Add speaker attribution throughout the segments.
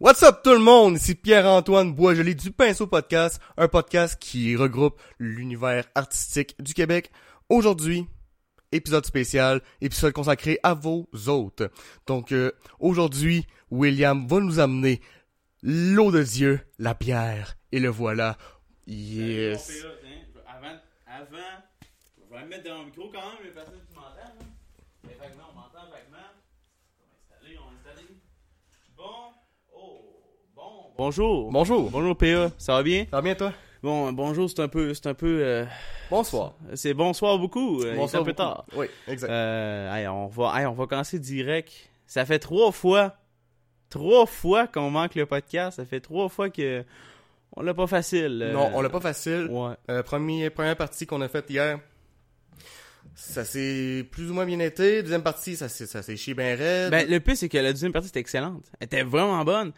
Speaker 1: What's up tout le monde? Ici Pierre-Antoine Boisjoli du Pinceau Podcast, un podcast qui regroupe l'univers artistique du Québec. Aujourd'hui, épisode spécial, épisode consacré à vos hôtes. Donc euh, aujourd'hui, William va nous amener l'eau de Dieu, la bière, et le voilà. Yes.
Speaker 2: Pompé, là, hein, Avant, avant, je vais me mettre dans le micro quand même, les personnes qui m'entendent. hein. Mais vaguement, on m'entend vaguement. On va installer, on va installer. Bon, oh, bon. Bonjour.
Speaker 1: Bonjour.
Speaker 2: Bonjour PA, ça va bien?
Speaker 1: Ça va bien toi?
Speaker 2: Bon, bonjour, c'est un peu, c'est un peu, euh,
Speaker 1: Bonsoir.
Speaker 2: c'est bonsoir beaucoup, euh, il est
Speaker 1: Bonsoir
Speaker 2: un peu
Speaker 1: beaucoup.
Speaker 2: tard.
Speaker 1: Oui, exact.
Speaker 2: Euh, hey, on va, hey, on va commencer direct. Ça fait trois fois, trois fois qu'on manque le podcast, ça fait trois fois que on l'a pas facile. euh,
Speaker 1: non, on l'a pas facile.
Speaker 2: Ouais.
Speaker 1: Euh, premier, première partie qu'on a faite hier, ça s'est plus ou moins bien été. Deuxième partie, ça s'est ça s'est chié bien raide.
Speaker 2: Ben, le plus, c'est que la deuxième partie était excellente. Elle était vraiment bonne.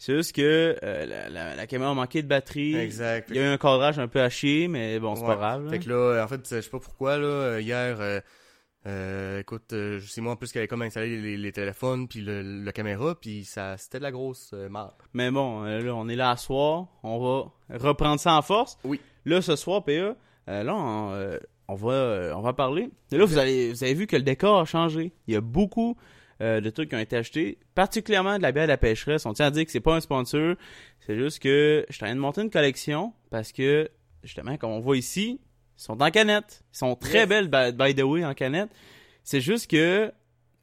Speaker 2: C'est juste que euh, la, la- la caméra manquait de batterie.
Speaker 1: exact.
Speaker 2: Il y a eu un cadrage un peu à chier, mais bon, c'est
Speaker 1: Ouais.
Speaker 2: pas grave. là.
Speaker 1: Fait que là, en fait, je sais pas pourquoi, là, euh, hier, euh, euh, écoute, euh, c'est moi en plus qui avait comme installé les, les téléphones, puis le, la caméra, puis ça, c'était de la grosse euh, merde.
Speaker 2: Mais bon, euh, là, on est là à soir. On va reprendre ça en force.
Speaker 1: Oui.
Speaker 2: Là, ce soir, PA, euh, là, on, euh, on va, euh, on va parler. Et là, vous avez, vous avez vu que le décor a changé. Il y a beaucoup euh, de trucs qui ont été achetés, particulièrement de la bière de la pêcheresse. On tient à dire que c'est pas un sponsor. C'est juste que je suis en train de monter une collection parce que, justement, comme on voit ici, ils sont en canette. Ils sont très
Speaker 1: Yes.
Speaker 2: belles, by, by the way, en canette. C'est juste que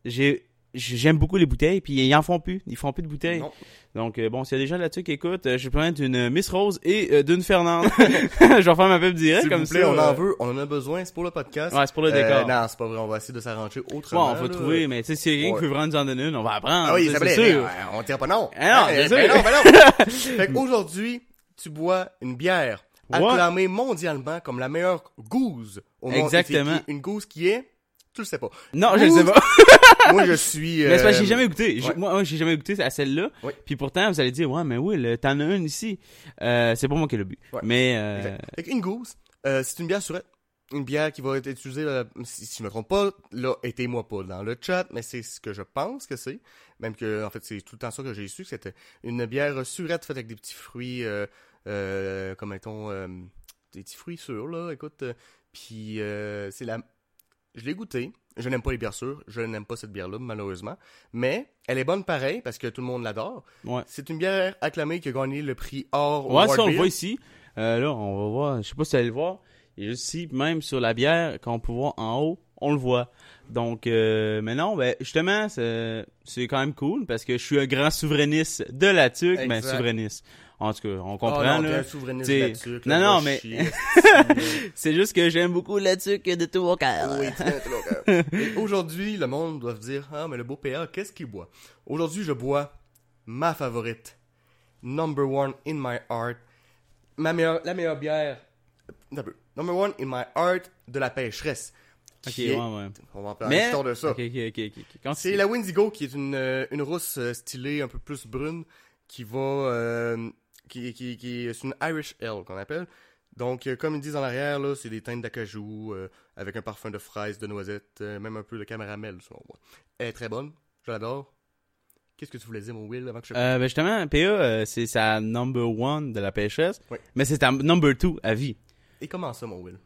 Speaker 2: j'ai j'aime beaucoup les bouteilles, puis ils en font plus. Ils font plus de bouteilles.
Speaker 1: Non.
Speaker 2: Donc, euh, bon, s'il y a des gens là-dessus qui écoutent, euh, je vais prendre une Miss Rose et euh, d'une Fernande. je vais faire ma pub direct
Speaker 1: S'il
Speaker 2: comme
Speaker 1: vous plaît,
Speaker 2: ça.
Speaker 1: on en
Speaker 2: euh,
Speaker 1: veut, on en a besoin, c'est pour le podcast.
Speaker 2: Ouais, c'est pour le
Speaker 1: Euh,
Speaker 2: décor.
Speaker 1: non, c'est pas vrai, on va essayer de s'arranger
Speaker 2: Ouais,
Speaker 1: autrement.
Speaker 2: on va
Speaker 1: là.
Speaker 2: trouver, mais tu sais, si quelqu'un
Speaker 1: Ouais.
Speaker 2: qui veut vraiment nous en donner une, on va apprendre.
Speaker 1: Ah oui,
Speaker 2: tu
Speaker 1: ça
Speaker 2: sais,
Speaker 1: plaît,
Speaker 2: c'est sûr.
Speaker 1: mais, euh, on tient pas non.
Speaker 2: Ah non,
Speaker 1: Ben,
Speaker 2: c'est
Speaker 1: ben
Speaker 2: sûr.
Speaker 1: non, ben non. fait qu'aujourd'hui, tu bois une bière
Speaker 2: Ouais.
Speaker 1: acclamée mondialement comme la meilleure goose au monde.
Speaker 2: Exactement.
Speaker 1: Et qui- Une goose qui est, tu le sais pas.
Speaker 2: Non, je le sais pas.
Speaker 1: Moi, je suis.
Speaker 2: Mais c'est parce que
Speaker 1: euh,
Speaker 2: j'ai jamais goûté. J'ai-
Speaker 1: ouais.
Speaker 2: Moi, moi, j'ai jamais goûté à celle-là.
Speaker 1: Oui.
Speaker 2: Puis pourtant, vous allez dire, ouais, mais oui, le- t'en as une ici. Euh, c'est pas moi qui l'ai bu.
Speaker 1: Ouais.
Speaker 2: Mais, euh,
Speaker 1: Exact. Fait qu'une goose, euh, c'est une bière surette. Une bière qui va être utilisée, euh, si, si je me trompe pas, là, aidez-moi pas dans le chat, mais c'est ce que je pense que c'est. Même que, en fait, c'est tout le temps ça que j'ai su, que c'était une bière surette faite avec des petits fruits, euh, euh, comme mettons, euh, des petits fruits sûrs, là, écoute. euh, Puis, euh, c'est la... Je l'ai goûtée. Je n'aime pas les bières sûres. Je n'aime pas cette bière-là, malheureusement. Mais elle est bonne pareil, parce que tout le monde l'adore.
Speaker 2: ouais.
Speaker 1: C'est une bière acclamée qui a gagné le prix or au
Speaker 2: Ouais,
Speaker 1: World
Speaker 2: ça, on le
Speaker 1: Beer.
Speaker 2: voit ici. Euh, là, on va voir. Je sais pas si vous allez le voir. Et ici, même sur la bière, qu'on peut voir en haut, on le voit. Donc, euh, mais non, ben, justement, c'est c'est quand même cool parce que je suis un grand souverainiste de la tuque. Ben,
Speaker 1: Exact.
Speaker 2: souverainiste. En tout cas, on
Speaker 1: Ah
Speaker 2: comprend,
Speaker 1: non, t'es
Speaker 2: là.
Speaker 1: un souverainiste
Speaker 2: T'sais,
Speaker 1: là-dessus, que
Speaker 2: non,
Speaker 1: là,
Speaker 2: non,
Speaker 1: va
Speaker 2: mais-
Speaker 1: chier, esti.
Speaker 2: C'est juste que j'aime beaucoup la tuque de tout mon cœur.
Speaker 1: Oui, tiens, t'es loqueur. Et Aujourd'hui, le monde doit se dire Ah, mais le beau PA, qu'est-ce qu'il boit Aujourd'hui, je bois ma favorite, Number One in My Heart, ma meilleure, la meilleure bière, Attends un peu. Number One in My Heart de la pêcheresse.
Speaker 2: Ok,
Speaker 1: qui est-
Speaker 2: ouais, ouais.
Speaker 1: On va en parler
Speaker 2: Mais.
Speaker 1: plus tard de ça.
Speaker 2: Ok, ok, ok. ok. Quand
Speaker 1: C'est la Windigo qui est une, euh, une rousse euh, stylée un peu plus brune qui va. euh, qui, qui, qui est une Irish Ale qu'on appelle. Donc, euh, comme ils disent en arrière, là, c'est des teintes d'acajou euh, avec un parfum de fraises, de noisettes, euh, même un peu de caramel, selon moi. Elle est très bonne, je l'adore. Qu'est-ce que tu voulais dire, mon Will, avant que je.
Speaker 2: Euh, ben justement, PA, euh, c'est sa number one de la pêchesse,
Speaker 1: Oui.
Speaker 2: mais c'est sa number two à vie.
Speaker 1: Et comment ça, mon Will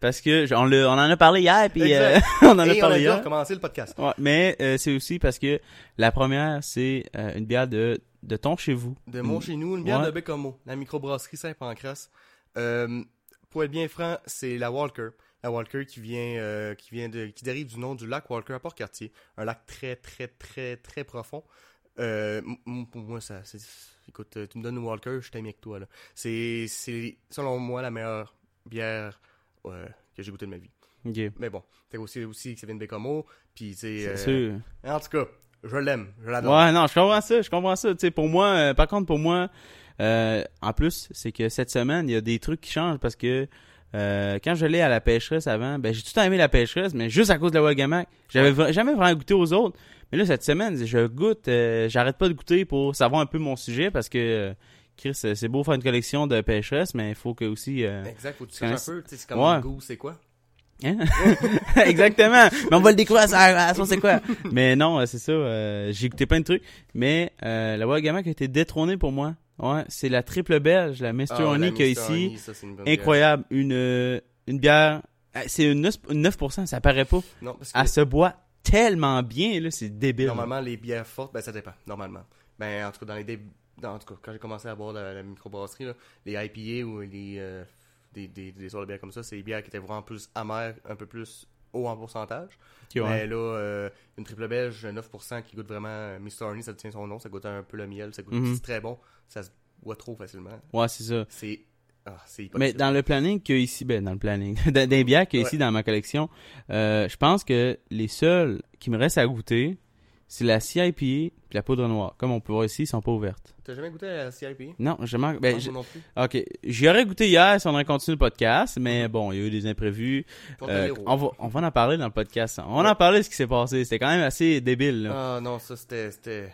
Speaker 2: Parce que j- on, l'a- on en a parlé hier, puis euh,
Speaker 1: Exact.
Speaker 2: on en a
Speaker 1: Et on a
Speaker 2: parlé
Speaker 1: déjà
Speaker 2: hier.
Speaker 1: commencé le podcast.
Speaker 2: Ouais, mais euh, c'est aussi parce que la première, c'est euh, une bière de, de ton chez vous.
Speaker 1: De mon chez nous, une bière
Speaker 2: Mm. Ouais.
Speaker 1: de Bécomo, la microbrasserie Saint-Pancras. Euh, pour être bien franc, c'est la Walker. La Walker qui vient, euh, qui vient de, qui dérive du nom du lac Walker à Port-Cartier. Un lac très, très, très, très profond. Euh, m- m- pour moi, ça, c'est, écoute, euh, tu me donnes une Walker, je t'aime avec toi, là. C'est, c'est, selon moi, la meilleure bière, euh, que j'ai goûtée de ma vie.
Speaker 2: Ok.
Speaker 1: Mais bon, c'est aussi, aussi que ça vient de Bécomo, puis tu sais,
Speaker 2: C'est
Speaker 1: euh,
Speaker 2: sûr.
Speaker 1: en tout cas, je l'aime, je l'adore.
Speaker 2: Ouais, non, je comprends ça, je comprends ça. Tu sais, pour moi, euh, par contre, pour moi, euh, en plus, c'est que cette semaine, il y a des trucs qui changent parce que euh, quand je l'ai à la pêcheresse avant, ben j'ai tout le temps aimé la pêcheresse, mais juste à cause de la Wagamac, j'avais vra- jamais vraiment goûté aux autres. Mais là, cette semaine, je goûte, euh, j'arrête pas de goûter pour savoir un peu mon sujet parce que euh, Chris, euh, c'est beau faire une collection de pêcheresses, mais il faut que aussi. euh,
Speaker 1: Exact, faut que tu
Speaker 2: Quand
Speaker 1: saches un
Speaker 2: c'est-
Speaker 1: peu, tu sais, c'est comme
Speaker 2: Ouais.
Speaker 1: un goût, c'est quoi?
Speaker 2: Hein? Exactement. Mais on va le découvrir à, à son c'est quoi. Mais non, euh, c'est ça. euh, j'ai écouté plein de trucs. Mais euh, la Wagamac a été détrônée pour moi. Ouais, c'est la triple belge, la Mr.
Speaker 1: Ah, la
Speaker 2: Honey qu'il y a
Speaker 1: Mr.
Speaker 2: ici.
Speaker 1: Honey, ça, c'est une bonne
Speaker 2: Incroyable. Une, euh, une bière. ah, C'est une 9%, une 9%, ça paraît pas.
Speaker 1: bière. Non, parce que
Speaker 2: Elle se boit tellement bien, là, c'est débile.
Speaker 1: normalement, les bières fortes, ben, ça dépend, normalement. Ben, en tout cas, dans les dé- dans- en tout cas, quand j'ai commencé à boire la, la microbrasserie, là, les IPA ou les, euh, des, des, des sortes de bières comme ça, c'est des bières qui étaient vraiment plus amères, un peu plus haut en pourcentage.
Speaker 2: Ok, ouais.
Speaker 1: Mais là, euh, une triple belge, 9% qui goûte vraiment euh, Mr. Honey, ça tient son nom, ça goûte un peu le miel, ça goûte
Speaker 2: Mhm.
Speaker 1: c'est très bon, ça se boit trop facilement.
Speaker 2: Ouais, c'est ça.
Speaker 1: C'est. Ah, c'est hypocrite.
Speaker 2: Mais dans le planning que ici, ben dans le planning, dans des bières que ici
Speaker 1: Ouais.
Speaker 2: dans ma collection, euh, je pense que les seuls qui me restent à goûter, c'est la CIPA et la poudre noire. Comme on peut voir ici, ils sont pas ouvertes.
Speaker 1: T'as jamais goûté à la CIP?
Speaker 2: Non, je manque. Ben,
Speaker 1: Non,
Speaker 2: je-
Speaker 1: moi non plus.
Speaker 2: ok, j'y aurais goûté hier si on aurait continué le podcast, mais bon, il y a eu des imprévus.
Speaker 1: Pour
Speaker 2: Euh,
Speaker 1: te dire,
Speaker 2: Ah. on va, on va en parler dans le podcast. hein. On va
Speaker 1: Ouais.
Speaker 2: en parler de ce qui s'est passé. C'était quand même assez débile. là.
Speaker 1: Ah non, ça c'était. C'était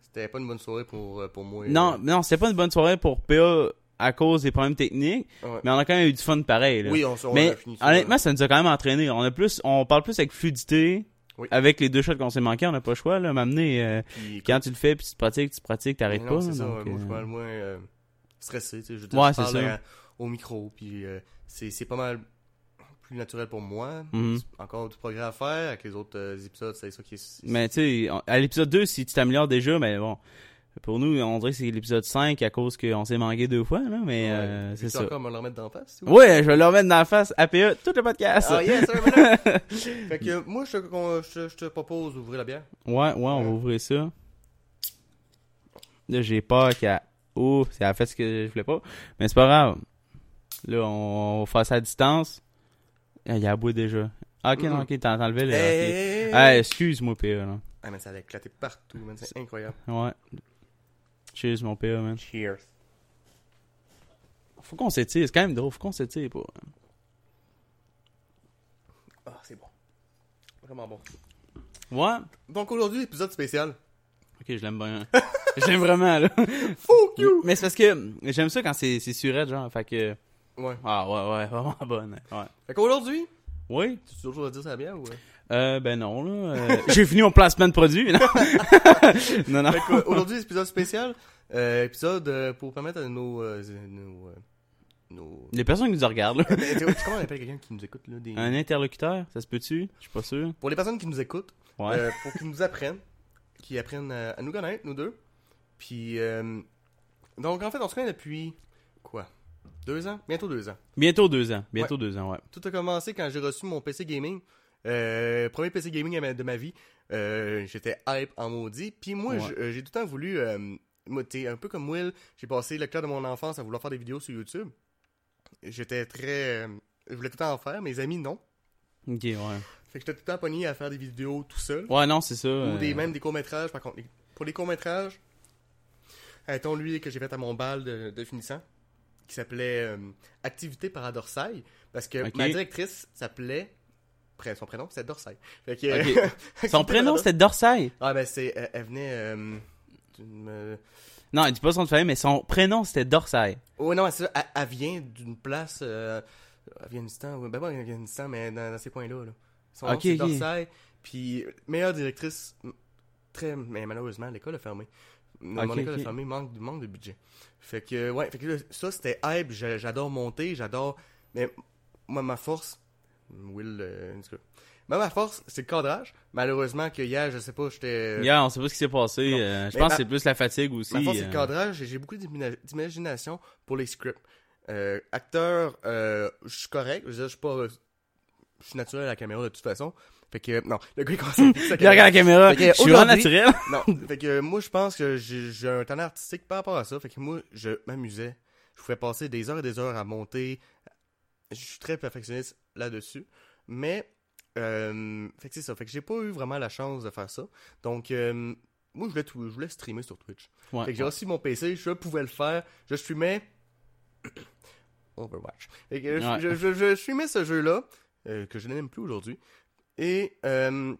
Speaker 1: c'était pas une bonne soirée pour, euh, pour moi.
Speaker 2: non, non, c'était pas une bonne soirée pour PA à cause des problèmes techniques,
Speaker 1: euh, Ouais.
Speaker 2: mais on a quand même eu du fun pareil. Là.
Speaker 1: Oui, on, on a
Speaker 2: Mais
Speaker 1: fini ça.
Speaker 2: honnêtement, ça nous a quand même entraîné. On a plus, on parle plus avec fluidité.
Speaker 1: Oui.
Speaker 2: Avec les deux shots qu'on s'est manqués, on n'a pas le choix. Là, m'amener euh,
Speaker 1: Puis,
Speaker 2: quand tu le fais, puis tu te pratiques, tu te pratiques, t'arrêtes
Speaker 1: mais
Speaker 2: pas.
Speaker 1: non, C'est ça, moi
Speaker 2: donc,
Speaker 1: je
Speaker 2: euh,
Speaker 1: suis pas le moins euh, stressé. Tu sais, je veux
Speaker 2: Ouais,
Speaker 1: je
Speaker 2: c'est
Speaker 1: parle,
Speaker 2: ça.
Speaker 1: euh, au micro, puis euh, c'est c'est pas mal plus naturel pour moi.
Speaker 2: Mhm.
Speaker 1: C'est Encore du progrès à faire avec les autres euh, épisodes, c'est ça qui est. c'est-
Speaker 2: Mais tu sais, on- à l'épisode 2, si tu t'améliores déjà, mais bon, pour nous, on dirait que c'est l'épisode 5 à cause qu'on s'est manqué deux fois, là,
Speaker 1: Ouais.
Speaker 2: mais euh,
Speaker 1: Veux-tu
Speaker 2: c'est ça.
Speaker 1: encore me le remettre d'en face? ou-
Speaker 2: Ouais, je vais le remettre dans la face, APE, tout le podcast.
Speaker 1: Ah, yes, sir, madame. Fait que euh, moi, je te, con- je te- je te propose d'ouvrir la bière.
Speaker 2: Ouais, ouais, on va
Speaker 1: Euh.
Speaker 2: ouvrir ça. Là, j'ai peur qu'elle. Oh, elle a fait ce que je voulais pas. Mais c'est pas grave. Là, on, on va faire ça à distance. Ah, Il y a bout déjà. Ah, ok, non, ok, t'as t'as enlevé le. ok.
Speaker 1: Mm-hmm. Hey!
Speaker 2: Ah, excuse-moi, PA, là.
Speaker 1: Ah, mais ça a éclaté partout, man. C'est incroyable.
Speaker 2: Ouais. Cheers, mon PA, man.
Speaker 1: Cheers.
Speaker 2: Faut qu'on s'étire, c'est quand même drôle, faut qu'on s'étire pas.
Speaker 1: Ah, c'est bon. Vraiment bon.
Speaker 2: Ouais?
Speaker 1: Donc aujourd'hui, épisode spécial.
Speaker 2: Ok, je l'aime bien. je l'aime vraiment, là.
Speaker 1: Fuck you!
Speaker 2: Mais c'est parce que j'aime ça quand c'est c'est surette, genre. Fait que.
Speaker 1: Ouais.
Speaker 2: Ah, ouais, ouais, vraiment bonne. Ouais.
Speaker 1: Fait qu'aujourd'hui,
Speaker 2: Oui?
Speaker 1: tu veux toujours dire ça bien ou. euh?
Speaker 2: Euh, ben non, là. euh, J'ai fini mon placement de produit. Non, non. non.
Speaker 1: Fait qu'aujourd'hui, épisode spécial. euh, épisode euh, pour permettre à nos. euh, nos. euh, nos...
Speaker 2: Les personnes qui nous regardent, là.
Speaker 1: Euh, t'sais, comment on appelle quelqu'un qui nous écoute là? Des...
Speaker 2: Un interlocuteur, ça se peut-tu? Je suis pas sûr.
Speaker 1: Pour les personnes qui nous écoutent,
Speaker 2: Ouais.
Speaker 1: euh, pour qu'ils nous apprennent, qu'ils apprennent à, à nous connaître, nous deux. Puis. euh, donc en fait, on se connaît depuis. quoi? Deux ans? Bientôt deux ans.
Speaker 2: Bientôt deux ans. Bientôt deux ans, ouais.
Speaker 1: Tout a commencé quand j'ai reçu mon PC gaming. Euh, premier PC gaming à ma- de ma vie. Euh, J'étais hype en maudit. Puis moi,
Speaker 2: Ouais.
Speaker 1: je- euh, j'ai tout le temps voulu. Euh, moi, t'sais, un peu comme Will, j'ai passé le cœur de mon enfance à vouloir faire des vidéos sur YouTube. J'étais très. euh, je voulais tout le temps en faire, mes amis non.
Speaker 2: Ok, ouais.
Speaker 1: Fait que j'étais tout le temps pogné à faire des vidéos tout seul.
Speaker 2: Ouais, non, c'est ça.
Speaker 1: Ou
Speaker 2: euh,
Speaker 1: des, même des courts-métrages. Par contre, les- pour les courts-métrages, ton lui que j'ai fait à mon bal de, de finissant, qui s'appelait euh, Activité paradorsale, parce que
Speaker 2: Ok.
Speaker 1: ma directrice s'appelait. près- Son prénom, c'est Dorsaille. Fait que,
Speaker 2: Ok.
Speaker 1: Activité
Speaker 2: Son prénom,
Speaker 1: paradorsale-
Speaker 2: c'était Dorsay.
Speaker 1: Ah, ben, c'est. euh, elle venait. euh, d'une, euh,
Speaker 2: Non, il dit pas son de famille, mais son prénom, c'était Dorsay.
Speaker 1: Oh non, c'est ça, elle, elle vient d'une place. euh, Afghanistan, ouais, ben pas Afghanistan, mais dans, dans ces coins-là. Là. Son nom,
Speaker 2: Ok,
Speaker 1: c'est
Speaker 2: ok.
Speaker 1: Dorsey, Puis, meilleure directrice, m- très. Mais malheureusement, l'école a fermé. Mon
Speaker 2: Ok,
Speaker 1: école
Speaker 2: ok.
Speaker 1: a fermé, manque, manque de budget. Fait que, ouais, fait que là, ça, c'était hype. j'a- J'adore monter, j'adore. Mais moi, ma force. Will, euh, en tout cas. Moi, ma force, c'est le cadrage. Malheureusement, que hier, je sais pas, j'étais.
Speaker 2: Regarde, on sait pas ce qui s'est passé. euh, je
Speaker 1: Euh, Mais
Speaker 2: pense
Speaker 1: ma-
Speaker 2: que c'est plus la fatigue aussi.
Speaker 1: Ma force, c'est
Speaker 2: euh.
Speaker 1: le cadrage et j'ai beaucoup d'imina- d'imagination pour les scripts. Euh, acteur, euh, je suis correct. Je veux dire, je suis pas. Je suis naturel à la caméra de toute façon. Fait que, non, le gars, il commence à fixer sa
Speaker 2: Il
Speaker 1: caméra.
Speaker 2: regarde la caméra.
Speaker 1: Fait que
Speaker 2: Je suis vraiment
Speaker 1: aujourd'hui-
Speaker 2: naturel.
Speaker 1: Non, fait que euh, moi, je pense que j'ai j'ai un talent artistique par rapport à ça. Fait que moi, je m'amusais. Je pouvais passer des heures et des heures à monter. Je suis très perfectionniste là-dessus. Mais, euh, fait que c'est ça. Fait que j'ai pas eu vraiment la chance de faire ça. Donc, euh, moi, je voulais, tout- je voulais streamer sur Twitch.
Speaker 2: Ouais.
Speaker 1: Fait que j'ai aussi mon PC, je pouvais le faire, je streamais Overwatch. Fait que je,
Speaker 2: Ouais.
Speaker 1: je, je- je streamais ce jeu-là, euh, que je n'aime plus aujourd'hui, et euh,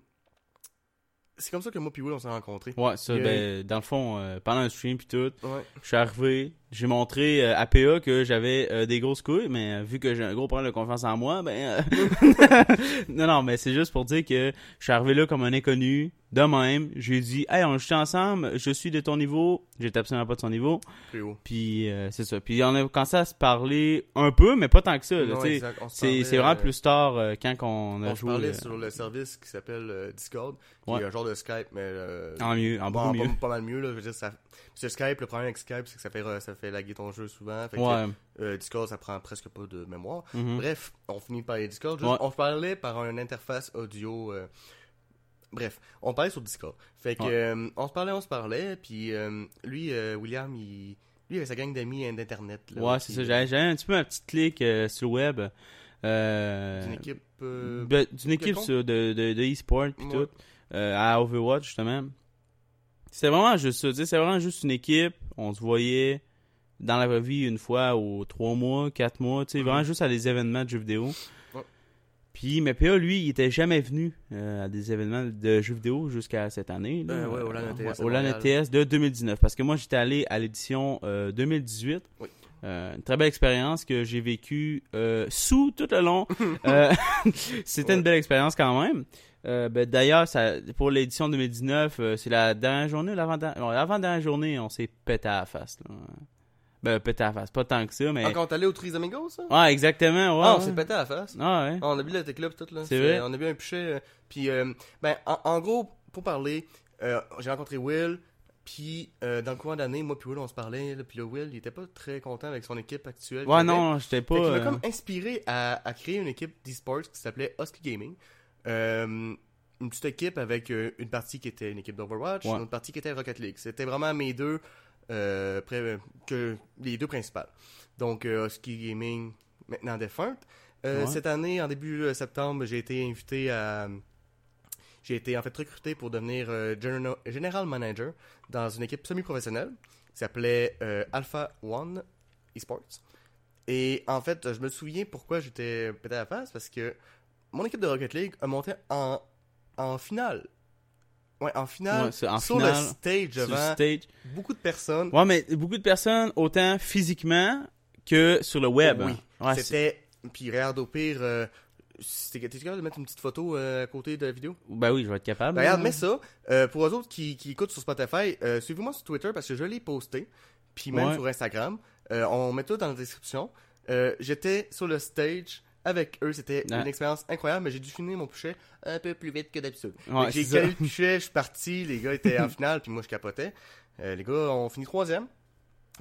Speaker 1: c'est comme ça que moi et Will, on s'est rencontrés.
Speaker 2: Ouais, ça,
Speaker 1: Il y a-
Speaker 2: ben, dans le fond, euh, pendant le stream pis tout,
Speaker 1: Ouais.
Speaker 2: je suis arrivé, j'ai montré euh, à PA que j'avais euh, des grosses couilles, mais euh, vu que j'ai un gros problème de confiance en moi, ben... euh, non, non, mais c'est juste pour dire que je suis arrivé là comme un inconnu, de même. J'ai dit « Hey, on joue ensemble, je suis de ton niveau. » J'étais absolument pas de son niveau.
Speaker 1: Plus haut.
Speaker 2: Puis euh, c'est ça. Puis on a commencé à se parler un peu, mais pas tant que ça. là,
Speaker 1: Non,
Speaker 2: tu sais.
Speaker 1: exact, on se
Speaker 2: c'est
Speaker 1: parlait,
Speaker 2: c'est vraiment
Speaker 1: euh,
Speaker 2: plus tard euh, quand qu'on a
Speaker 1: On se
Speaker 2: joué
Speaker 1: parlait
Speaker 2: euh,
Speaker 1: sur le service qui s'appelle euh, Discord, qui
Speaker 2: Ouais.
Speaker 1: est un genre de Skype, mais euh,
Speaker 2: en mieux, en
Speaker 1: bon,
Speaker 2: beaucoup mieux.
Speaker 1: Pas, pas mal mieux. Là, je veux dire, ça... Parce que Skype, le problème avec Skype, c'est que ça fait, euh, ça fait laguer ton jeu souvent. Fait que,
Speaker 2: Ouais.
Speaker 1: euh, Discord, ça prend presque pas de mémoire.
Speaker 2: Mhm.
Speaker 1: Bref, on finit par les Discord. Juste,
Speaker 2: Ouais.
Speaker 1: On parlait par une interface audio. euh, Bref, on parlait sur Discord. Fait que
Speaker 2: Ouais.
Speaker 1: euh, on se parlait, on se parlait, puis euh, lui, euh, William, il... lui, il avait sa gang d'amis euh, d'internet. là,
Speaker 2: Ouais,
Speaker 1: qui-
Speaker 2: c'est ça. J'avais j'avais un petit peu un petit clic euh, sur le web. euh,
Speaker 1: D'une équipe. euh,
Speaker 2: ben, D'une équipe
Speaker 1: quelconque.
Speaker 2: sur- de, de, de e-sport puis
Speaker 1: Ouais.
Speaker 2: tout. euh, à Overwatch, justement. C'était vraiment juste ça. tu sais, C'est vraiment juste une équipe. On se voyait dans la vraie vie une fois aux trois mois, quatre mois. tu sais, Vraiment juste à des événements de jeux vidéo.
Speaker 1: Mhm. Ouais.
Speaker 2: Puis, mais PA, lui, il était jamais venu euh, à des événements de jeux vidéo jusqu'à cette année. là.
Speaker 1: Euh, ouais, au LAN
Speaker 2: Euh,
Speaker 1: ETS
Speaker 2: ouais,
Speaker 1: à
Speaker 2: au LAN
Speaker 1: Montréal.
Speaker 2: ETS de 2019. Parce que moi, j'étais allé à l'édition euh, 2018.
Speaker 1: Oui.
Speaker 2: Euh, une très belle expérience que j'ai vécue euh, sous tout le long. Euh, C'était une
Speaker 1: Ouais.
Speaker 2: belle expérience quand même. Euh, ben, D'ailleurs, ça- pour l'édition 2019, euh, c'est la dernière journée ou l'avant-dernière non, l'avant-dernière journée, on s'est pété à la face. là. Ben, pété à la face, pas tant que ça, mais.
Speaker 1: Ah, quand on allait au Tris Amigos, ça
Speaker 2: Ouais, exactement, ouais.
Speaker 1: Ah, on
Speaker 2: ouais.
Speaker 1: s'est pété à la face.
Speaker 2: Ah, ouais.
Speaker 1: Ah, on a bu la tecla pis tout là.
Speaker 2: C'est vrai.
Speaker 1: On a bu un pichet. euh, puis euh, ben en, en gros pour parler, euh, j'ai rencontré Will. Puis euh, dans le courant d'année, moi puis Will on se parlait. là, Puis le Will il était pas très content avec son équipe actuelle.
Speaker 2: Ouais,
Speaker 1: qu'il avait.
Speaker 2: non, j'étais pas.
Speaker 1: Fait qu'il m'a
Speaker 2: euh,
Speaker 1: comme inspiré à, à créer une équipe d'e-sports qui s'appelait Husky Gaming. Euh, une petite équipe avec euh, une partie qui était une équipe d'Overwatch,
Speaker 2: Ouais.
Speaker 1: une autre partie qui était Rocket League. C'était vraiment mes deux, euh, pré- que, les deux principales. Donc, euh, Husky Gaming, maintenant défunte. Euh,
Speaker 2: Ouais.
Speaker 1: Cette année, en début euh, septembre, j'ai été invité à... J'ai été en fait recruté pour devenir euh, journa- general manager dans une équipe semi-professionnelle qui s'appelait euh, Alpha One Esports. Et en fait, je me souviens pourquoi j'étais pété à la face, parce que mon équipe de Rocket League a monté en, en finale. Ouais, en finale,
Speaker 2: Ouais, c'est en
Speaker 1: sur
Speaker 2: finale,
Speaker 1: le stage
Speaker 2: sur le
Speaker 1: devant
Speaker 2: stage.
Speaker 1: beaucoup de personnes.
Speaker 2: Ouais, mais beaucoup de personnes, autant physiquement que sur le web. hein.
Speaker 1: Oui.
Speaker 2: Ouais, c'est-
Speaker 1: C'était, puis regarde, au pire, euh, c'était- t'es capable de mettre une petite photo euh, à côté de la vidéo?
Speaker 2: Ben oui, je vais être capable.
Speaker 1: Ben, regarde,
Speaker 2: là.
Speaker 1: mets ça. Euh, pour eux autres qui, qui écoutent sur Spotify, euh, suivez-moi sur Twitter parce que je l'ai posté. Puis même
Speaker 2: Ouais.
Speaker 1: sur Instagram. Euh, on met tout dans la description. Euh, J'étais sur le stage avec eux. C'était
Speaker 2: Ouais.
Speaker 1: une expérience incroyable, mais j'ai dû finir mon pichet un peu plus vite que d'habitude.
Speaker 2: Ouais,
Speaker 1: Fait que j'ai
Speaker 2: c'est ça.
Speaker 1: calé le pichet, je suis parti. Les gars étaient en finale, puis moi je capotais. Euh, les gars ont fini troisième.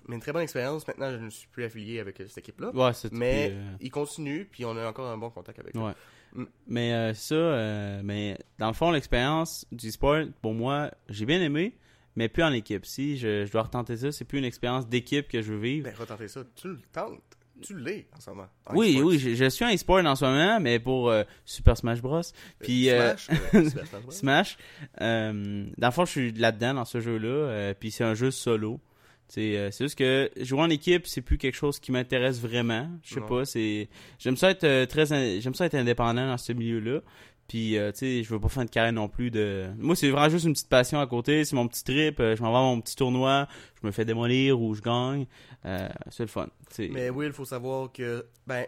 Speaker 1: Mais une très bonne expérience. Maintenant, je ne suis plus affilié avec euh, cette équipe-là.
Speaker 2: Ouais, c'est
Speaker 1: Mais
Speaker 2: puis, euh,
Speaker 1: ils continuent, puis on a encore un bon contact avec eux.
Speaker 2: Ouais. Mais euh, ça, euh, mais dans le fond, l'expérience du sport, pour moi, j'ai bien aimé, mais plus en équipe. Si je, je dois retenter ça, c'est plus une expérience d'équipe que je veux vivre.
Speaker 1: Ben, retentez ça. Tu le tentes. Tu l'es en ce moment. En
Speaker 2: oui,
Speaker 1: e-sports.
Speaker 2: oui, je, je suis en e-sport en ce moment, mais pour euh, Super Smash Bros. Puis euh,
Speaker 1: Smash, euh, Smash Bros.
Speaker 2: Smash, euh, dans le fond, je suis là-dedans dans ce jeu-là, euh, puis c'est un jeu solo. Tu sais, euh, c'est juste que jouer en équipe, c'est plus quelque chose qui m'intéresse vraiment. Je sais
Speaker 1: Non.
Speaker 2: pas, c'est j'aime ça être euh, très in- j'aime ça être indépendant dans ce milieu-là. Puis euh, tu sais, je veux pas faire de carrière non plus de Moi, c'est vraiment juste une petite passion à côté, c'est mon petit trip, euh, je m'en vais à mon petit tournoi, je me fais démolir ou je gagne. Euh, c'est le fun, tu sais.
Speaker 1: Mais oui, il faut savoir que, ben,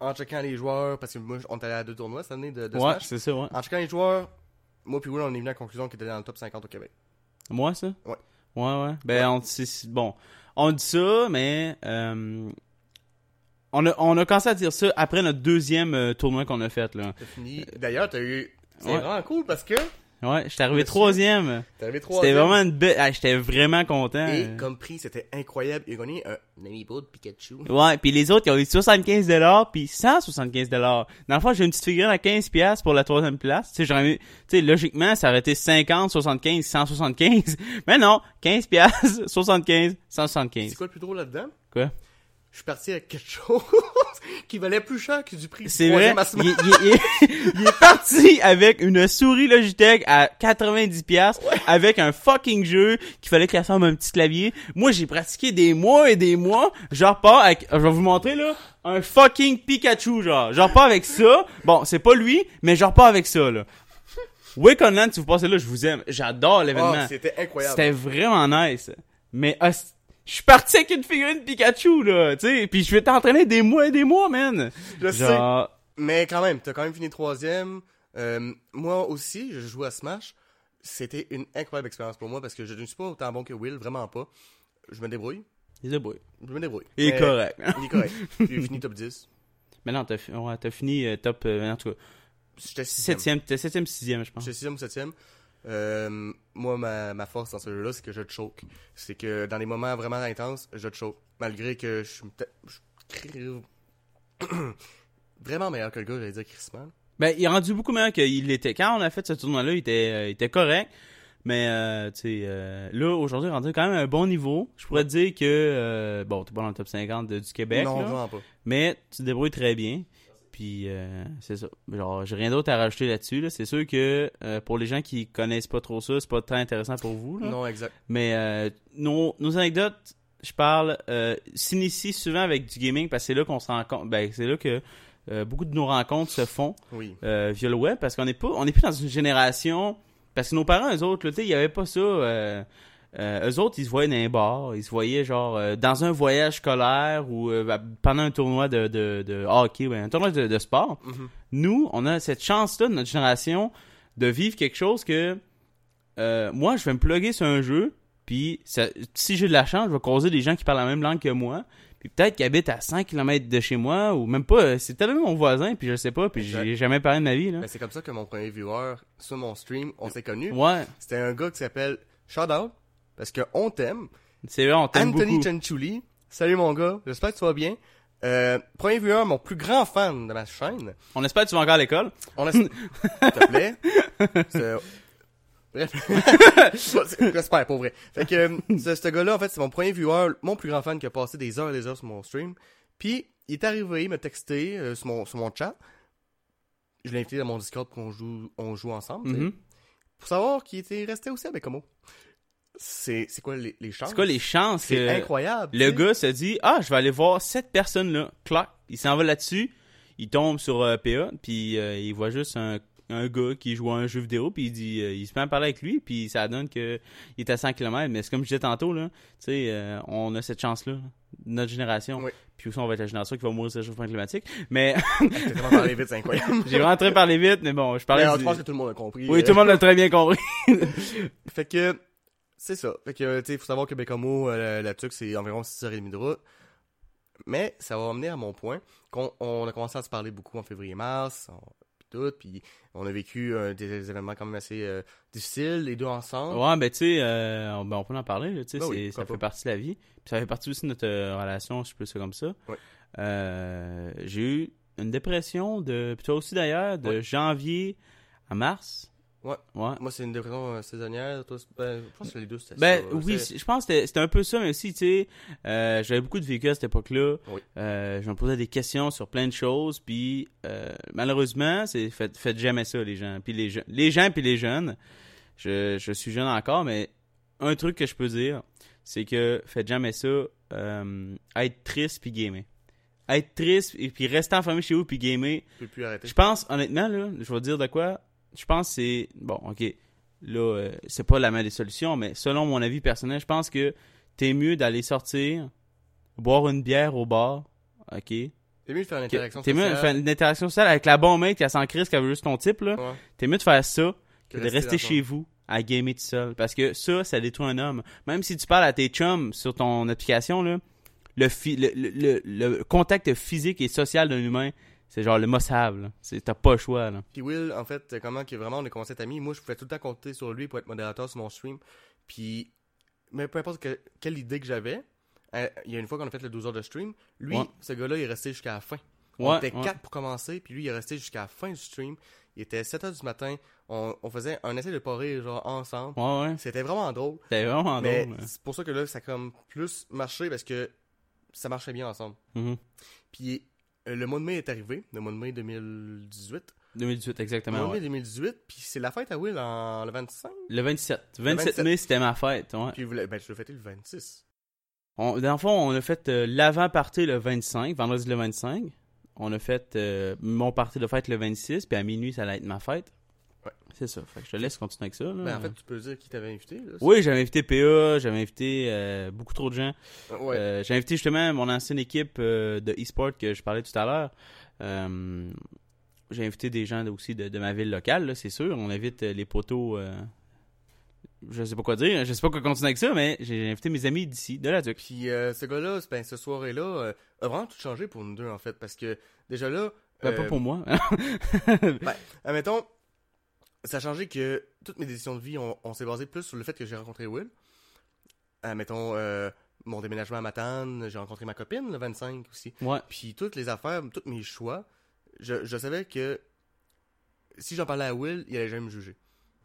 Speaker 1: en checkant les joueurs, parce que moi, on est allé à deux tournois cette année de, de
Speaker 2: ouais,
Speaker 1: Smash.
Speaker 2: c'est ça, ouais.
Speaker 1: En checkant les joueurs, moi puis Will, on est venu à la conclusion qu'il était dans le top 50 au Québec.
Speaker 2: Moi, ça?
Speaker 1: Ouais.
Speaker 2: Ouais, ouais. Ben, on c'est- c'est- bon, on dit ça, mais euh, on, a, on a commencé à dire ça après notre deuxième euh, tournoi qu'on a fait, là.
Speaker 1: T'as fini. Euh, D'ailleurs, t'as eu. C'est
Speaker 2: ouais.
Speaker 1: vraiment cool parce que
Speaker 2: Ouais, j'étais arrivé
Speaker 1: Monsieur.
Speaker 2: troisième.
Speaker 1: t'es arrivé trois.
Speaker 2: C'était vraiment une belle... ah, j'étais vraiment content.
Speaker 1: Et
Speaker 2: Euh,
Speaker 1: comme prix, c'était incroyable. Il a gagné un amiibo de Pikachu.
Speaker 2: Ouais, puis les autres, ils ont eu 75$ puis 175$. Dans le fond, j'ai une petite figurine à 15$ pour la troisième place. Tu sais, j'aurais eu- tu sais, logiquement, ça aurait été 50, 75, 175. Mais non, 15$, 75,
Speaker 1: C'est
Speaker 2: 175.
Speaker 1: quoi le plus drôle là-dedans?
Speaker 2: Quoi?
Speaker 1: Je suis parti avec quelque chose qui valait plus cher que du prix. du
Speaker 2: C'est vrai.
Speaker 1: troisième à ce
Speaker 2: Il, il- il- il est parti avec une souris Logitech à 90 pièces avec un fucking jeu qu'il fallait qu'il ressemble à un petit clavier. Moi, j'ai pratiqué des mois et des mois. Je repars avec, je vais vous montrer là, un fucking Pikachu genre. Je repars avec ça. Bon, c'est pas lui, mais je repars avec ça là. Wake on Land, si vous passez là, je vous aime. J'adore
Speaker 1: Oh,
Speaker 2: l'événement.
Speaker 1: c'était incroyable.
Speaker 2: C'était vraiment nice. Mais hostie, je suis parti avec une figurine Pikachu, là, tu sais, puis je vais t'entraîner des mois et des mois, man.
Speaker 1: Je sais.
Speaker 2: Genre,
Speaker 1: Mais quand même, t'as quand même fini troisième. Euh, moi aussi, je jouais à Smash. C'était une incroyable expérience pour moi parce que je ne suis pas autant bon que Will, vraiment pas. Je me débrouille.
Speaker 2: il se débrouille.
Speaker 1: Je me débrouille.
Speaker 2: Il est
Speaker 1: Mais-
Speaker 2: correct.
Speaker 1: Il est correct. J'ai fini top 10.
Speaker 2: Mais non, t'as fi- ouais, t'as fini euh, top, euh, en tout cas,
Speaker 1: J'étais sixième.
Speaker 2: septième, t'es septième, sixième, je pense.
Speaker 1: J'étais sixième ou septième. Euh, moi, ma, ma force dans ce jeu-là, c'est que je choke. C'est que dans les moments vraiment intenses, je choke. Malgré que je suis peut-être- je suis cri- vraiment meilleur que le gars, j'allais dire Chrisman.
Speaker 2: Ben, il est rendu beaucoup meilleur qu'il l'était. Quand on a fait ce tournoi-là, il était, euh, il était correct. Mais, euh, tu sais, euh, là, aujourd'hui, il est rendu quand même à un bon niveau. Je pourrais te dire que, euh, bon, t'es pas dans le top 50 de- du Québec,
Speaker 1: Non,
Speaker 2: là, Hein?
Speaker 1: vraiment pas.
Speaker 2: mais tu te débrouilles très bien. Puis, euh, c'est ça. Genre, j'ai rien d'autre à rajouter là-dessus. Là. C'est sûr que euh, pour les gens qui connaissent pas trop ça, c'est pas tant intéressant pour vous. Là.
Speaker 1: Non, exact.
Speaker 2: Mais euh, nos, nos anecdotes, je parle, euh, s'initient souvent avec du gaming parce que c'est là qu'on se rend compte. Ben, c'est là que euh, beaucoup de nos rencontres se font
Speaker 1: Oui.
Speaker 2: euh, via le web parce qu'on n'est pas, on n'est plus dans une génération. Parce que nos parents, eux autres, là, tu sais, il n'y avait pas ça. Euh, euh, eux autres, ils se voyaient dans un bar, ils se voyaient genre euh, dans un voyage scolaire ou euh, bah, pendant un tournoi de, de, de hockey, ouais, un tournoi de, de sport.
Speaker 1: Mhm.
Speaker 2: Nous, on a cette chance-là de notre génération de vivre quelque chose que euh, moi, je vais me plugger sur un jeu, puis ça- si j'ai de la chance, je vais causer des gens qui parlent la même langue que moi, puis peut-être qu'ils habitent à 100 km de chez moi, ou même pas, euh, c'est tellement mon voisin, puis je sais pas, puis
Speaker 1: Exact.
Speaker 2: j'ai jamais parlé de ma vie, là.
Speaker 1: Ben, c'est comme ça que mon premier viewer sur mon stream, on s'est connus.
Speaker 2: Ouais,
Speaker 1: C'était un gars qui s'appelle Shoutout, parce qu'on t'aime.
Speaker 2: c'est vrai, on t'aime
Speaker 1: Anthony
Speaker 2: beaucoup.
Speaker 1: Cianciulli. Salut mon gars, j'espère que tu vas bien. Euh, premier viewer, mon plus grand fan de ma chaîne.
Speaker 2: On espère que tu vas encore à l'école.
Speaker 1: On a... S'il te plaît. C'est- Bref. J'espère, pour vrai. Fait que, euh, ce, ce gars-là, en fait, c'est mon premier viewer, mon plus grand fan qui a passé des heures et des heures sur mon stream. Puis, il est arrivé, il m'a texté euh, sur, mon, sur mon chat. Je l'ai invité dans mon Discord pour qu'on joue, on joue ensemble. tu sais.
Speaker 2: Mhm.
Speaker 1: Pour savoir qu'il était resté aussi avec Homo. C'est c'est quoi les, les chances?
Speaker 2: C'est quoi les chances
Speaker 1: C'est
Speaker 2: que
Speaker 1: incroyable. tu
Speaker 2: le
Speaker 1: sais.
Speaker 2: gars se dit, ah, je vais aller voir cette personne-là, clac, il s'en va là-dessus, il tombe sur euh, PA, puis euh, il voit juste un un gars qui joue à un jeu vidéo puis il dit euh, il se met à parler avec lui puis ça donne que il est à 100 km mais c'est comme je disais tantôt là tu sais euh, on a cette chance là notre génération
Speaker 1: Oui.
Speaker 2: puis aussi on va être la génération qui va mourir sur le chauffement climatique mais
Speaker 1: T'as vraiment parlé vite, c'est incroyable.
Speaker 2: j'ai vraiment très parlé vite mais bon je parlais
Speaker 1: Mais, euh,
Speaker 2: du-
Speaker 1: Je pense que tout le monde a compris.
Speaker 2: oui
Speaker 1: euh,
Speaker 2: tout le monde l'a très bien compris
Speaker 1: Fait que, c'est ça. Fait que, tu sais, faut savoir que Bécamo, euh, la tuque, c'est environ 6h30 de route. Mais ça va amener à mon point qu'on on a commencé à se parler beaucoup en février-mars, on- pis tout, puis on a vécu euh, des, des événements quand même assez euh, difficiles, les deux ensemble.
Speaker 2: Ouais, ben tu sais, euh, on, ben, on peut en parler, là, tu sais,
Speaker 1: Hein? Ben oui,
Speaker 2: c'est-
Speaker 1: pourquoi
Speaker 2: ça fait
Speaker 1: pas.
Speaker 2: partie de la vie. Puis ça fait partie aussi de notre euh, relation, si je peux ça comme ça.
Speaker 1: Oui.
Speaker 2: Euh, J'ai eu une dépression de, puis toi aussi d'ailleurs, de janvier à mars.
Speaker 1: Ouais.
Speaker 2: Ouais.
Speaker 1: Moi, c'est une dépression euh, saisonnière. Toi, c'est- ben, je pense que les deux, c'était
Speaker 2: Ben
Speaker 1: ça, ouais,
Speaker 2: oui,
Speaker 1: c'est-
Speaker 2: c'est- je pense que c'était- c'était un peu ça, mais aussi, tu sais, euh, j'avais beaucoup de vécu à cette époque-là.
Speaker 1: Oui.
Speaker 2: Euh, je me posais des questions sur plein de choses, puis euh, malheureusement, c'est faites, faites jamais ça, les gens. Puis les, je- les gens, puis les jeunes. Je, je suis jeune encore, mais un truc que je peux dire, c'est que faites jamais ça, euh, être triste puis gamer. Être triste et puis rester enfermé chez vous puis gamer,
Speaker 1: Je peux plus arrêter.
Speaker 2: je pense, honnêtement, là, je vais dire de quoi. Je pense que c'est. Bon, ok. Là, euh, c'est pas la main des solutions, mais selon mon avis personnel, je pense que t'es mieux d'aller sortir, boire une bière au bar. Ok.
Speaker 1: T'es mieux de faire une
Speaker 2: Que-
Speaker 1: interaction
Speaker 2: T'es mieux de
Speaker 1: sociale
Speaker 2: faire une interaction sociale avec la bonne mate qui a sans crise qui a juste ton type, là.
Speaker 1: ouais,
Speaker 2: T'es mieux de faire ça
Speaker 1: que
Speaker 2: que de rester
Speaker 1: dans
Speaker 2: chez vous à gamer tout seul. Parce que ça, ça détruit un homme. Même si tu parles à tes chums sur ton application, là, le, fi- le, le- le- le contact physique et social d'un humain, c'est genre le must-have. là. C'est- T'as pas le choix. Là.
Speaker 1: Puis Will, en fait, euh, comment que vraiment on est commencé à être amis, moi je pouvais tout le temps compter sur lui pour être modérateur sur mon stream. Puis, mais peu importe que- quelle idée que j'avais, euh, il y a une fois qu'on a fait le 12 heures de stream, lui,
Speaker 2: Ouais. ce
Speaker 1: ce gars-là, il est resté jusqu'à la fin. on
Speaker 2: Ouais,
Speaker 1: était
Speaker 2: ouais.
Speaker 1: 4 pour commencer, puis lui, il est resté jusqu'à la fin du stream. Il était 7 heures du matin, on, on faisait un essai de parier genre ensemble.
Speaker 2: Ouais, ouais.
Speaker 1: C'était vraiment drôle.
Speaker 2: C'était vraiment
Speaker 1: mais
Speaker 2: drôle. hein. là.
Speaker 1: c'est pour ça que là, ça a comme plus marché parce que ça marchait bien ensemble.
Speaker 2: Mhm.
Speaker 1: Puis euh, le mois de mai est arrivé, le mois de mai 2018.
Speaker 2: 2018, exactement.
Speaker 1: En
Speaker 2: ouais.
Speaker 1: 2018, puis c'est la fête à Will en le 25.
Speaker 2: Le 27. 27,
Speaker 1: 27.
Speaker 2: mai, c'était ma fête. Ouais.
Speaker 1: Puis vous l'avez- ben, je l'ai fêté le 26.
Speaker 2: On, dans le fond, on a fait euh, l'avant-party le 25, vendredi le 25. On a fait euh, mon party de fête le 26, puis à minuit, ça allait être ma fête. C'est ça. Fait que je te laisse continuer avec ça. là.
Speaker 1: Ben, en fait, tu peux dire qui t'avait invité. Là,
Speaker 2: Mm. oui, j'avais invité PA, j'avais invité euh, beaucoup trop de gens.
Speaker 1: Ouais.
Speaker 2: Euh, j'ai invité justement mon ancienne équipe euh, de e-sport que je parlais tout à l'heure. Euh, j'ai invité des gens de- aussi de, de ma ville locale, là, c'est sûr. On invite euh, les poteaux. euh, je sais pas quoi dire, je sais pas quoi continuer avec ça, mais j'ai invité mes amis d'ici, de la Duc.
Speaker 1: Puis euh, ce gars-là, c'est- ben, ce soirée-là, euh, a vraiment tout changé pour nous deux, en fait. Parce que déjà là.
Speaker 2: Ben,
Speaker 1: euh,
Speaker 2: Pas pour moi.
Speaker 1: Admettons, ça a changé que toutes mes décisions de vie, on, on s'est basé plus sur le fait que j'ai rencontré Will. Admettons, euh, mon déménagement à Matane, j'ai rencontré ma copine le 25 aussi.
Speaker 2: ouais.
Speaker 1: Puis toutes les affaires, tous mes choix, je, je savais que si j'en parlais à Will, il allait jamais me juger.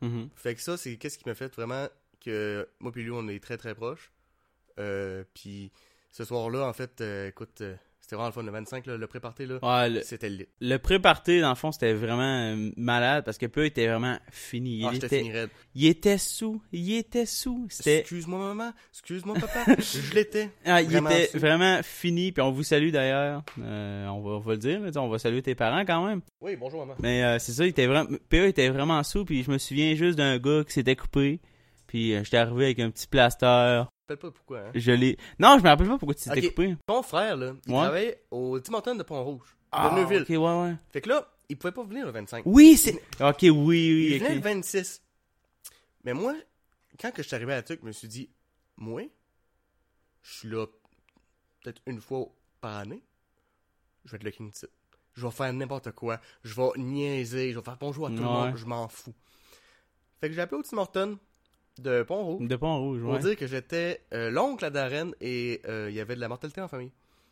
Speaker 2: Mhm.
Speaker 1: Fait que ça, c'est qu'est-ce qui m'a fait vraiment que moi puis lui, on est très très proches. Euh, puis ce soir-là, en fait, euh, écoute, euh, c'était vraiment le fun. Le 25, là, le préparté, là,
Speaker 2: Ouais, le,
Speaker 1: c'était lit.
Speaker 2: le pré-party, dans le fond, c'était vraiment euh, malade parce que peu était vraiment fini. Il,
Speaker 1: Ah, je te
Speaker 2: était,
Speaker 1: finirais.
Speaker 2: il était sous. Il était sous. C'était
Speaker 1: Excuse-moi maman, excuse-moi papa, je l'étais.
Speaker 2: Ah, il
Speaker 1: Vraiment
Speaker 2: était
Speaker 1: sous.
Speaker 2: vraiment fini, puis on vous salue d'ailleurs. Euh, on, va, on va le dire, là, tu sais, on va saluer tes parents quand même.
Speaker 1: Oui, bonjour maman.
Speaker 2: Mais euh, c'est ça, il était vraiment, PA était vraiment sous, puis je me souviens juste d'un gars qui s'était coupé, puis euh, j'étais arrivé avec un petit plaster.
Speaker 1: Je me rappelle pas pourquoi. Hein.
Speaker 2: Je l'ai. Non, je me rappelle pas pourquoi tu t'étais
Speaker 1: Ok.
Speaker 2: coupé.
Speaker 1: Ton frère, là, il
Speaker 2: Ouais.
Speaker 1: travaillait au Tim Hortons de Pont-Rouge,
Speaker 2: Ah,
Speaker 1: de Neuville.
Speaker 2: ok, ouais, ouais.
Speaker 1: Fait que là, il pouvait pas venir le 25.
Speaker 2: Oui, c'est. Ok, oui, oui,
Speaker 1: il venait le
Speaker 2: ok.
Speaker 1: 26. Mais moi, quand que je suis arrivé à la truc, je me suis dit, moi, je suis là peut-être une fois par année. Je vais être le king titre. Je vais faire n'importe quoi. Je vais niaiser. Je vais faire bonjour à tout le
Speaker 2: Ouais.
Speaker 1: monde. Je m'en fous. Fait que j'ai appelé au Tim Hortons de Pont-Rouge.
Speaker 2: De pont rouge,
Speaker 1: Pour
Speaker 2: ouais.
Speaker 1: dire que j'étais euh, l'oncle à Darren et euh, il y avait de la mortalité en famille.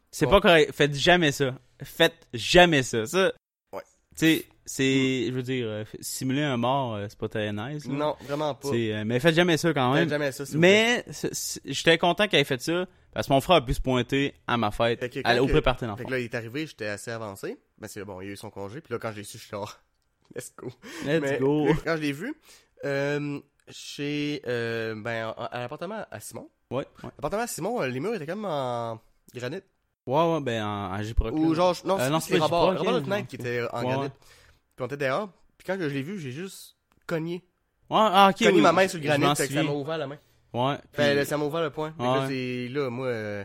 Speaker 2: C'est
Speaker 1: Bon.
Speaker 2: pas correct. Faites jamais ça. Faites jamais ça. Ça.
Speaker 1: Ouais.
Speaker 2: Tu sais, c'est. Je veux dire, euh, simuler un mort, euh, c'est pas très nice. là.
Speaker 1: Non, vraiment pas.
Speaker 2: C'est, euh, mais faites jamais ça quand
Speaker 1: Faites
Speaker 2: même.
Speaker 1: jamais ça, s'il vous plaît.
Speaker 2: Mais c'est- c'est- j'étais content qu'elle ait fait ça parce que mon frère a pu se pointer à ma fête,
Speaker 1: Fait que quand
Speaker 2: à, au
Speaker 1: que-
Speaker 2: préparté dans le
Speaker 1: Fait
Speaker 2: fond.
Speaker 1: que là, il est arrivé, j'étais assez avancé. Ben, c'est bon, il a eu son congé. Puis là, quand j'ai su, je suis genre, let's go.
Speaker 2: Let's
Speaker 1: Mais
Speaker 2: go.
Speaker 1: là, quand je l'ai vu, euh, chez. euh, ben, à, à l'appartement à Simon.
Speaker 2: Ouais, ouais.
Speaker 1: L'appartement à Simon, euh, les murs étaient comme en granit.
Speaker 2: Ouais, ouais, ben en, en J-Proc,
Speaker 1: Ou
Speaker 2: là.
Speaker 1: genre, je- non,
Speaker 2: Euh,
Speaker 1: c'est
Speaker 2: non,
Speaker 1: non,
Speaker 2: c'est
Speaker 1: les
Speaker 2: pas- j'ai
Speaker 1: remords,
Speaker 2: pas,
Speaker 1: les
Speaker 2: ok,
Speaker 1: remords de
Speaker 2: ok.
Speaker 1: Fnac qui étaient en
Speaker 2: Ouais, ouais.
Speaker 1: granit. Puis on était dehors. Puis quand je l'ai vu, j'ai juste cogné.
Speaker 2: Ouais, ah, ok.
Speaker 1: Cogné
Speaker 2: oui,
Speaker 1: ma main sur le
Speaker 2: je m'en
Speaker 1: granit, fait que ça m'a
Speaker 2: souviens.
Speaker 1: ouvert la main.
Speaker 2: Ouais.
Speaker 1: Ben,
Speaker 2: puis-
Speaker 1: là, ça m'a ouvert le point. Fait que
Speaker 2: Ouais.
Speaker 1: Là, c'est- là, moi, euh,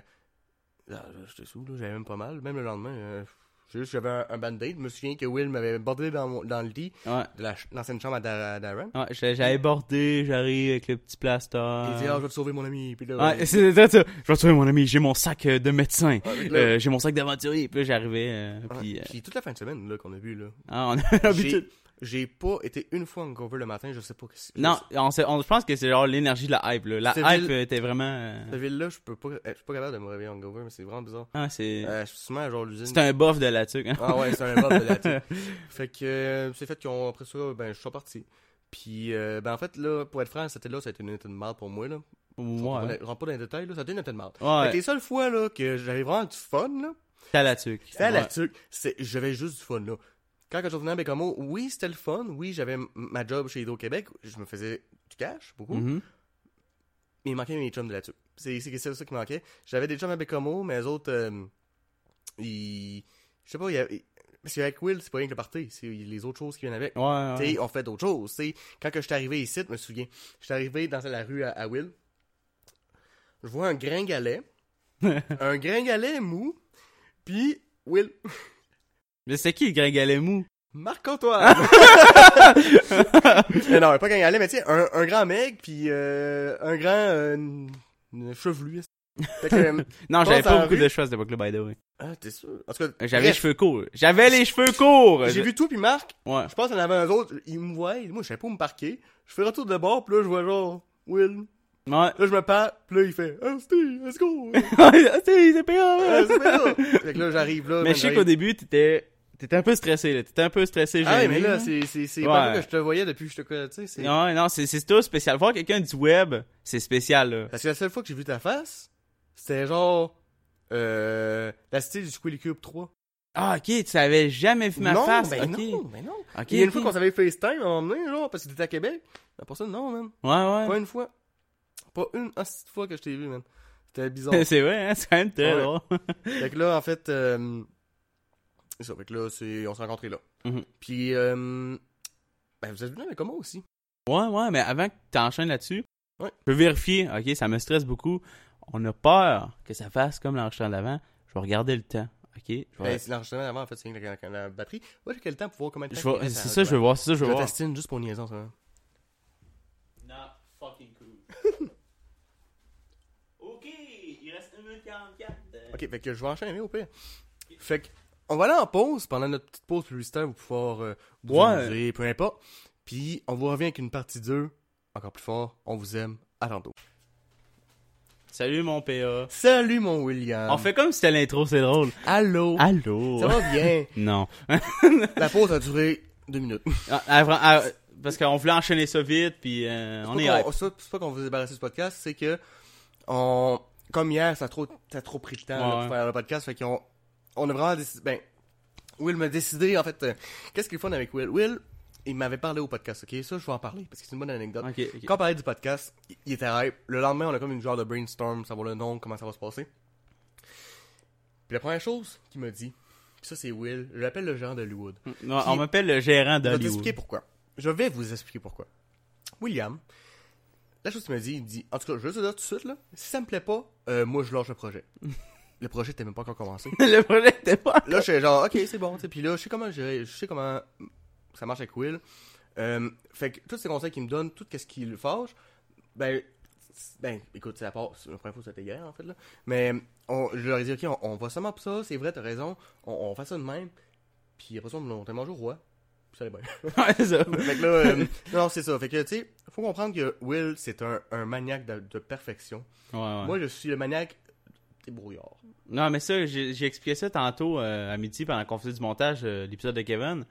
Speaker 1: là, j'étais sous, là, j'avais même pas mal. Même le lendemain, euh, j'ai juste- j'avais un, un band-aid. Je me souviens que Will m'avait bordé dans, mon- dans le lit
Speaker 2: ouais.
Speaker 1: de la ch- l'ancienne chambre à Dar- à Darren.
Speaker 2: Ouais, j'ai- j'avais bordé, j'arrive avec le petit plaster.
Speaker 1: Il dit, ah, je vais te sauver, mon ami. Puis là,
Speaker 2: Ouais,
Speaker 1: euh,
Speaker 2: c'est c'est ça. Je vais retrouver mon ami, j'ai mon sac euh, de médecin.
Speaker 1: puis là,
Speaker 2: Euh, j'ai mon sac d'aventurier. Puis là, j'arrivais. euh,
Speaker 1: ouais.
Speaker 2: puis, euh,
Speaker 1: Puis toute la fin de semaine là, qu'on a vu, là,
Speaker 2: ah, on a l'habitude.
Speaker 1: j'ai- j'ai pas été une fois en cover le matin, je sais pas. qu'est-ce-
Speaker 2: Non, on, s'est- on- je pense que c'est genre l'énergie de la hype. Là. La
Speaker 1: C'est
Speaker 2: hype
Speaker 1: vil-
Speaker 2: euh, était vraiment. euh,
Speaker 1: Cette ville-là, je peux pas, euh, je suis pas capable de me réveiller en cover, mais c'est vraiment bizarre.
Speaker 2: Ah, c'est.
Speaker 1: Euh, je suis souvent genre l'usine.
Speaker 2: C'est un buff de la tuque. hein.
Speaker 1: Ah ouais, c'est un mob de la team. Fait que euh, c'est fait qu'on après ça, ben je suis parti. Puis euh, ben en fait là, pour être franc, c'était là, ça a été une état de marde pour moi là.
Speaker 2: Ouais.
Speaker 1: Je rentre pas dans les détails là, ça a été une état de marde. Fait que
Speaker 2: Ouais,
Speaker 1: les seules fois là que j'avais vraiment du fun là,
Speaker 2: c'était à la tuque.
Speaker 1: c'était à la
Speaker 2: Ouais.
Speaker 1: tuque, c'est j'avais juste du fun là. Quand je revenais à Bécamo, oui, c'était le fun, oui, j'avais m- ma job chez Hydro-Québec, je me faisais du cash beaucoup,
Speaker 2: Mhm.
Speaker 1: mais il manquait mes chums de la tuque. C'est c'est c'est ça qui manquait. J'avais des chums à Bécamo, mais les autres euh, ils je sais pas, il y avait- parce qu'avec Will, c'est pas rien que le party, c'est les autres choses qui viennent avec.
Speaker 2: Ouais, ouais.
Speaker 1: T'sais, on fait d'autres choses. t'sais. Quand que je suis arrivé ici, je me souviens, je suis arrivé dans la rue à, à Will. Je vois un gringalet. un gringalet mou. Puis Will.
Speaker 2: Mais c'est qui le gringalet mou?
Speaker 1: Marc-Antoine! Mais Eh non, pas gringalet, mais tu sais, un, un grand mec, puis euh, un grand euh, n- n- chevelu. Fait que, euh,
Speaker 2: Non, j'avais
Speaker 1: Pense à
Speaker 2: pas
Speaker 1: la
Speaker 2: beaucoup
Speaker 1: rue.
Speaker 2: de cheveux à cette époque-là, by the way.
Speaker 1: ah, t'es sûr? En tout cas,
Speaker 2: J'avais les
Speaker 1: bref,
Speaker 2: cheveux courts. J'avais les cheveux courts!
Speaker 1: J'ai
Speaker 2: Je-
Speaker 1: vu tout, puis Marc,
Speaker 2: Ouais.
Speaker 1: je pense qu'il y en avait un autre, il me voit, il- moi je savais pas où me parquer. Je fais retour de bord, puis là je vois genre, Will,
Speaker 2: Ouais.
Speaker 1: Là, je me pars, puis là, il fait Ah, Steve, let's go!
Speaker 2: Ah, c'est- c'est payant, ouais.
Speaker 1: Euh, c'est bien ça. fait que là, j'arrive là.
Speaker 2: Mais
Speaker 1: man,
Speaker 2: je sais
Speaker 1: j'arrive.
Speaker 2: qu'au début, t'étais. T'étais un peu stressé, là. T'étais un peu stressé,
Speaker 1: Ah, ouais,
Speaker 2: gêné,
Speaker 1: mais là,
Speaker 2: là.
Speaker 1: c'est c'est- c'est
Speaker 2: Ouais.
Speaker 1: pas vrai que je te voyais depuis que je te connais, tu sais. c'est-
Speaker 2: Ouais, non, c'est c'est tout spécial. Voir quelqu'un du web, c'est spécial, là.
Speaker 1: Parce que la seule fois que j'ai vu ta face, c'était genre. Euh, la cité du Squilly Cube 3.
Speaker 2: Ah, ok, tu savais jamais vu ma
Speaker 1: non,
Speaker 2: face.
Speaker 1: mais
Speaker 2: ok.
Speaker 1: non, mais non.
Speaker 2: Ok,
Speaker 1: Il y a une
Speaker 2: ok.
Speaker 1: fois qu'on s'avait FaceTime à un moment donné, genre, parce que t'étais à Québec. Mais pour ça, non, man.
Speaker 2: Ouais,
Speaker 1: Pas une fois. Pas une hostie de fois que je t'ai vu, man. C'était bizarre.
Speaker 2: ouais. c'est vrai, hein, c'est quand même très
Speaker 1: Ouais.
Speaker 2: drôle.
Speaker 1: Fait que là, en fait,
Speaker 2: Mm-hmm.
Speaker 1: euh, c'est ça. Fait que là, c'est, on s'est rencontrés là.
Speaker 2: Mhm.
Speaker 1: Puis, euh, Ben, vous êtes venu avec moi aussi.
Speaker 2: Ouais, ouais, mais avant que tu enchaînes là-dessus,
Speaker 1: Ouais.
Speaker 2: je peux vérifier. Ok, ça me stresse beaucoup. On a peur que ça fasse comme l'enregistrement d'avant. Je vais regarder le temps. Ok, je vais-
Speaker 1: Ben, c'est l'enregistrement avant, en fait, c'est rien que la, la- la batterie. Ouais, j'ai quel temps pour voir combien de
Speaker 2: je
Speaker 1: temps.
Speaker 2: vais-
Speaker 1: il reste à-
Speaker 2: c'est ça, je veux voir. C'est ça, je
Speaker 1: Je
Speaker 2: veux voir.
Speaker 1: t'astine juste pour niaiser hein. en ce moment.
Speaker 2: Not fucking cool. ok, il reste 1 minute 44.
Speaker 1: Ok, fait que je vais enchaîner au pire. Fait que, on va aller en pause pendant notre petite pause publicitaire, vous pouvoir euh, vous
Speaker 2: Ouais.
Speaker 1: amuser, peu importe. Puis, on vous revient avec une partie 2, encore plus fort. On vous aime. À tantôt.
Speaker 2: Salut mon PA.
Speaker 1: Salut, mon William.
Speaker 2: On fait comme si c'était l'intro, c'est drôle.
Speaker 1: Allô.
Speaker 2: Allô?
Speaker 1: Oh. Ça va bien.
Speaker 2: Non.
Speaker 1: La pause a duré deux minutes.
Speaker 2: Ah, ah, vra- ah, parce qu'on voulait enchaîner ça vite, puis euh, on
Speaker 1: C'est
Speaker 2: est
Speaker 1: pas
Speaker 2: hype.
Speaker 1: qu'on- ça, C'est pas qu'on vous débarrasse de ce podcast, c'est que on, comme hier, ça a trop, ça a trop pris de temps là,
Speaker 2: Ouais.
Speaker 1: pour faire le podcast, fait qu'on on a vraiment décidé. Ben, Will m'a décidé en fait. euh, Qu'est-ce qu'il est fun avec Will Will, il m'avait parlé au podcast, ok Ça, je vais en parler parce que c'est une bonne anecdote.
Speaker 2: Ok, ok.
Speaker 1: Quand on parlait du podcast, il- il était hype. Le lendemain, on a comme une genre de brainstorm, savoir le nom, comment ça va se passer. Puis la première chose qu'il m'a dit, puis ça c'est Will, je l'appelle le genre de Hollywood.
Speaker 2: Non, Mm, on m'appelle le gérant
Speaker 1: Je vais t'expliquer
Speaker 2: d'Hollywood.
Speaker 1: pourquoi. Je vais vous expliquer pourquoi. William, la chose qu'il me dit, il me dit En tout cas, je veux te dire tout de suite, là, si ça me plaît pas, euh, moi je lâche le projet. le projet était même pas encore commencé.
Speaker 2: le projet était pas.
Speaker 1: Là, je suis genre Ok, c'est bon. tu sais. Puis là, je sais comment gérer, je sais comment ça marche avec Will. Euh, fait que tous ces conseils qu'il me donne, tout ce qui le fâche, ben, c'est- ben écoute, c'est à part, c'est la première fois que c'était hier en fait. là. Mais on, je leur ai dit Ok, on, on va seulement pour ça, c'est vrai, t'as raison, on, on fait ça de même. Puis après ça, on l'a tellement au roi. Puis ça allait bien.
Speaker 2: Ouais, c'est ça.
Speaker 1: Fait que là, euh, non, c'est ça. Fait que, tu sais, faut comprendre que Will, c'est un, un maniaque de, de perfection.
Speaker 2: Ouais, ouais.
Speaker 1: Moi, je suis le maniaque des brouillards.
Speaker 2: Non, mais ça, j'ai j'ai expliqué ça tantôt euh, à midi pendant qu'on faisait du montage, euh, l'épisode de Kevin.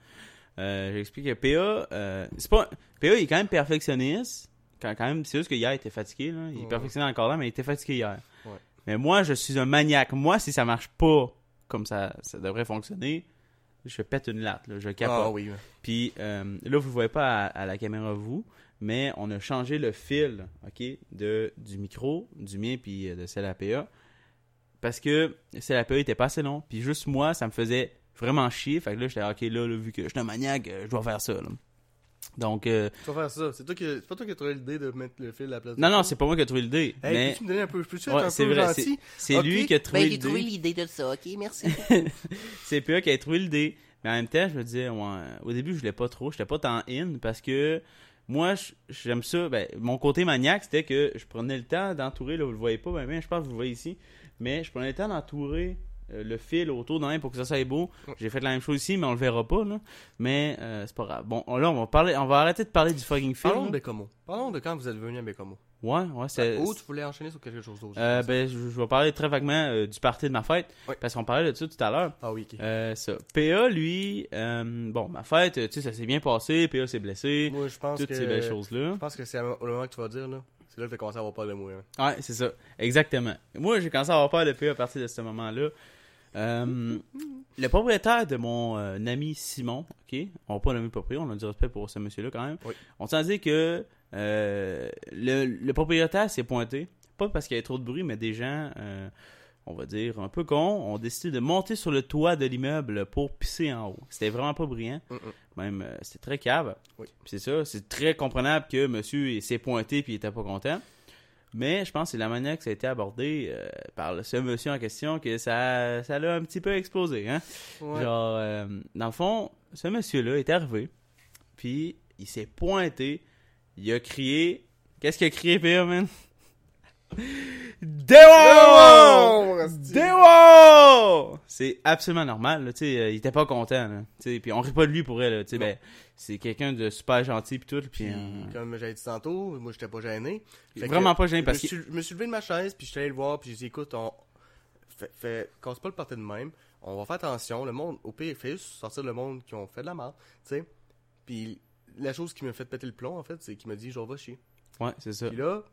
Speaker 2: Euh, J'explique que PA, euh, c'est pas. PA, il est quand même perfectionniste. Quand, quand même, c'est juste que hier, il était fatigué. Là. Il est
Speaker 1: Ouais.
Speaker 2: perfectionné encore là, mais il était fatigué hier.
Speaker 1: Ouais.
Speaker 2: Mais moi, je suis un maniaque. Moi, si ça marche pas comme ça, ça devrait fonctionner, je pète une latte. là. Je capote.
Speaker 1: Ah oui. ouais.
Speaker 2: Puis euh, là, vous ne voyez pas à, à la caméra, vous, mais on a changé le fil ok, de, du micro, du mien, puis euh, de celle à PA. Parce que celle à PA était pas assez long. Puis juste moi, ça me faisait vraiment chier. Fait que là, j'étais, ok, là, là, vu que je suis un maniaque, euh, je dois faire ça. là. Donc, euh,
Speaker 1: Tu vas faire ça. C'est toi qui, c'est pas toi qui as trouvé l'idée de mettre le fil à la place.
Speaker 2: non,
Speaker 1: de-
Speaker 2: non, c'est pas moi qui ai trouvé l'idée.
Speaker 1: Hey,
Speaker 2: mais
Speaker 1: peux-tu me donner un peu, peux-tu être
Speaker 2: Ouais,
Speaker 1: un
Speaker 2: c'est
Speaker 1: peu
Speaker 2: vrai,
Speaker 1: gentil?
Speaker 2: c'est
Speaker 1: Ok.
Speaker 2: lui qui a trouvé
Speaker 3: Ben, j'ai
Speaker 2: l'idée.
Speaker 3: trouvé l'idée de ça, ok, merci.
Speaker 2: c'est PA qui a trouvé le dé. Mais en même temps, je me disais, ouais, au début, je voulais pas trop. J'étais pas tant in parce que moi, je- j'aime ça. Ben, mon côté maniaque, c'était que je prenais le temps d'entourer. Là, vous le voyez pas, mais je pense que vous le voyez ici. Mais je prenais le temps d'entourer euh, le fil autour d'un pour que ça soit beau.
Speaker 1: Mm.
Speaker 2: J'ai fait la même chose ici, mais on le verra pas. Là. Mais euh, c'est pas grave. Bon, là, on va, parler, on va arrêter de parler du fucking fil.
Speaker 1: Parlons de
Speaker 2: là.
Speaker 1: Bécomo. Parlons de quand vous êtes venu à Bécomo.
Speaker 2: Ouais, ouais, c'est.
Speaker 1: Ou tu voulais enchaîner sur quelque chose d'autre.
Speaker 2: euh,
Speaker 1: je pense.
Speaker 2: ben, je, je vais parler très vaguement euh, du party de ma fête.
Speaker 1: Ouais.
Speaker 2: Parce qu'on parlait de ça tout à l'heure.
Speaker 1: Ah oui, ok.
Speaker 2: Euh, ça. PA, lui, euh, bon, ma fête, euh, tu sais, ça s'est bien passé. PA s'est blessé.
Speaker 1: Moi, je pense
Speaker 2: euh, toutes
Speaker 1: que.
Speaker 2: ces belles choses-là.
Speaker 1: Je pense que c'est au moment que tu vas dire, là. C'est là que tu commencé à avoir peur de moi. hein.
Speaker 2: Ouais, c'est ça. Exactement. Moi, j'ai commencé à avoir peur de PA à partir de ce moment-là. Euh, le propriétaire de mon euh, ami Simon, ok, on va pas nommer le propriétaire, on a du respect pour ce monsieur-là quand même.
Speaker 1: Oui.
Speaker 2: On s'en dit que euh, le, le propriétaire s'est pointé, pas parce qu'il y avait trop de bruit, mais des gens, euh, on va dire un peu cons, ont décidé de monter sur le toit de l'immeuble pour pisser en haut. C'était vraiment pas brillant,
Speaker 1: Mm,
Speaker 2: même euh, c'était très cave.
Speaker 1: Oui.
Speaker 2: Puis C'est ça, c'est très comprenable que monsieur il s'est pointé puis il était pas content. Mais je pense que c'est la manière que ça a été abordé euh, par le- ce monsieur en question que ça, ça l'a un petit peu explosé. Hein?
Speaker 1: Ouais.
Speaker 2: Genre, euh, dans le fond, ce monsieur-là est arrivé, puis il s'est pointé, il a crié. Qu'est-ce qu'il a crié, pire, man? Démon!
Speaker 1: Oh, Rasti.
Speaker 2: Démon! C'est absolument normal, là, tu sais, euh, il était pas content, là, tu sais, puis on rit pas de lui pour elle, là, tu sais,
Speaker 1: Non.
Speaker 2: ben, c'est quelqu'un de super gentil puis tout, puis
Speaker 1: Puis,
Speaker 2: euh,
Speaker 1: comme j'avais dit tantôt, moi, j'étais pas gêné. Fait que-
Speaker 2: vraiment pas gêné parce
Speaker 1: je, me
Speaker 2: que
Speaker 1: suis, je me suis levé de ma chaise, puis je suis allé le voir, puis j'ai dit, écoute, on... fait, fait- casse pas le party de même, on va faire attention, le monde, au pire, fait juste sortir le monde qui ont fait de la merde, tu sais. Puis la chose qui m'a fait péter le plomb, en fait, c'est qu'il m'a dit, genre, va chier.
Speaker 2: ouais, c'est ça.
Speaker 1: Puis là,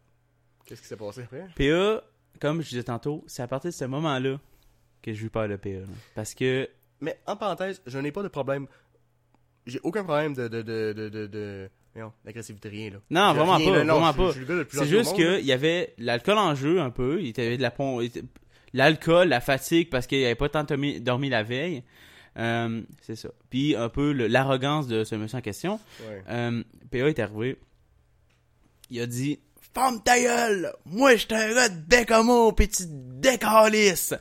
Speaker 1: qu'est-ce qui s'est passé après?
Speaker 2: PA, comme je disais tantôt, c'est à partir de ce moment-là que j'ai eu peur de PA. là. Parce que.
Speaker 1: Mais en parenthèse, je n'ai pas de problème, j'ai aucun problème de... de, de, de, de, de- voyons, d'agressivité, rien, là.
Speaker 2: Non,
Speaker 1: J'ai
Speaker 2: vraiment
Speaker 1: rien,
Speaker 2: pas,
Speaker 1: là, non,
Speaker 2: vraiment
Speaker 1: je suis-
Speaker 2: pas.
Speaker 1: je suis le gars le plus
Speaker 2: C'est
Speaker 1: gentil au
Speaker 2: juste
Speaker 1: monde, hein.
Speaker 2: qu'il y avait l'alcool en jeu un peu. Il y avait de la pon- il était- L'alcool, la fatigue parce qu'il avait pas tant dormi, dormi la veille. Euh, c'est ça. Puis un peu le- l'arrogance de ce monsieur en question.
Speaker 1: Ouais.
Speaker 2: Euh, PA est arrivé. Il a dit Ferme ta gueule Moi, je suis un gars de Bécamo, pis tu décalisses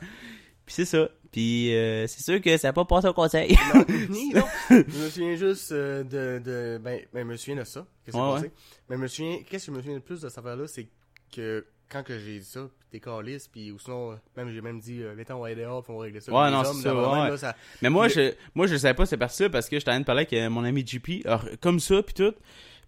Speaker 2: Puis c'est ça. Puis euh, c'est sûr que ça n'a pas passé au conseil.
Speaker 1: Ni, non. je me souviens juste euh, de, de- ben, ben, je me souviens de ça. Qu'est-ce qui s'est
Speaker 2: Ouais,
Speaker 1: passé? Mais je me souviens, qu'est-ce que je me souviens le plus de cette affaire-là, c'est que quand que j'ai dit ça, pis t'es caliste, pis ou sinon, euh, même j'ai même dit, euh, mettons, on va aller dehors, pis on va régler ça.
Speaker 2: Ouais,
Speaker 1: Les
Speaker 2: non,
Speaker 1: hommes,
Speaker 2: c'est ça,
Speaker 1: normalement,
Speaker 2: ouais.
Speaker 1: là, ça-
Speaker 2: Mais moi,
Speaker 1: Le-
Speaker 2: je moi je savais pas c'est parti ça parce que j'étais en train de parler avec euh, mon ami JP, alors, comme ça, puis tout.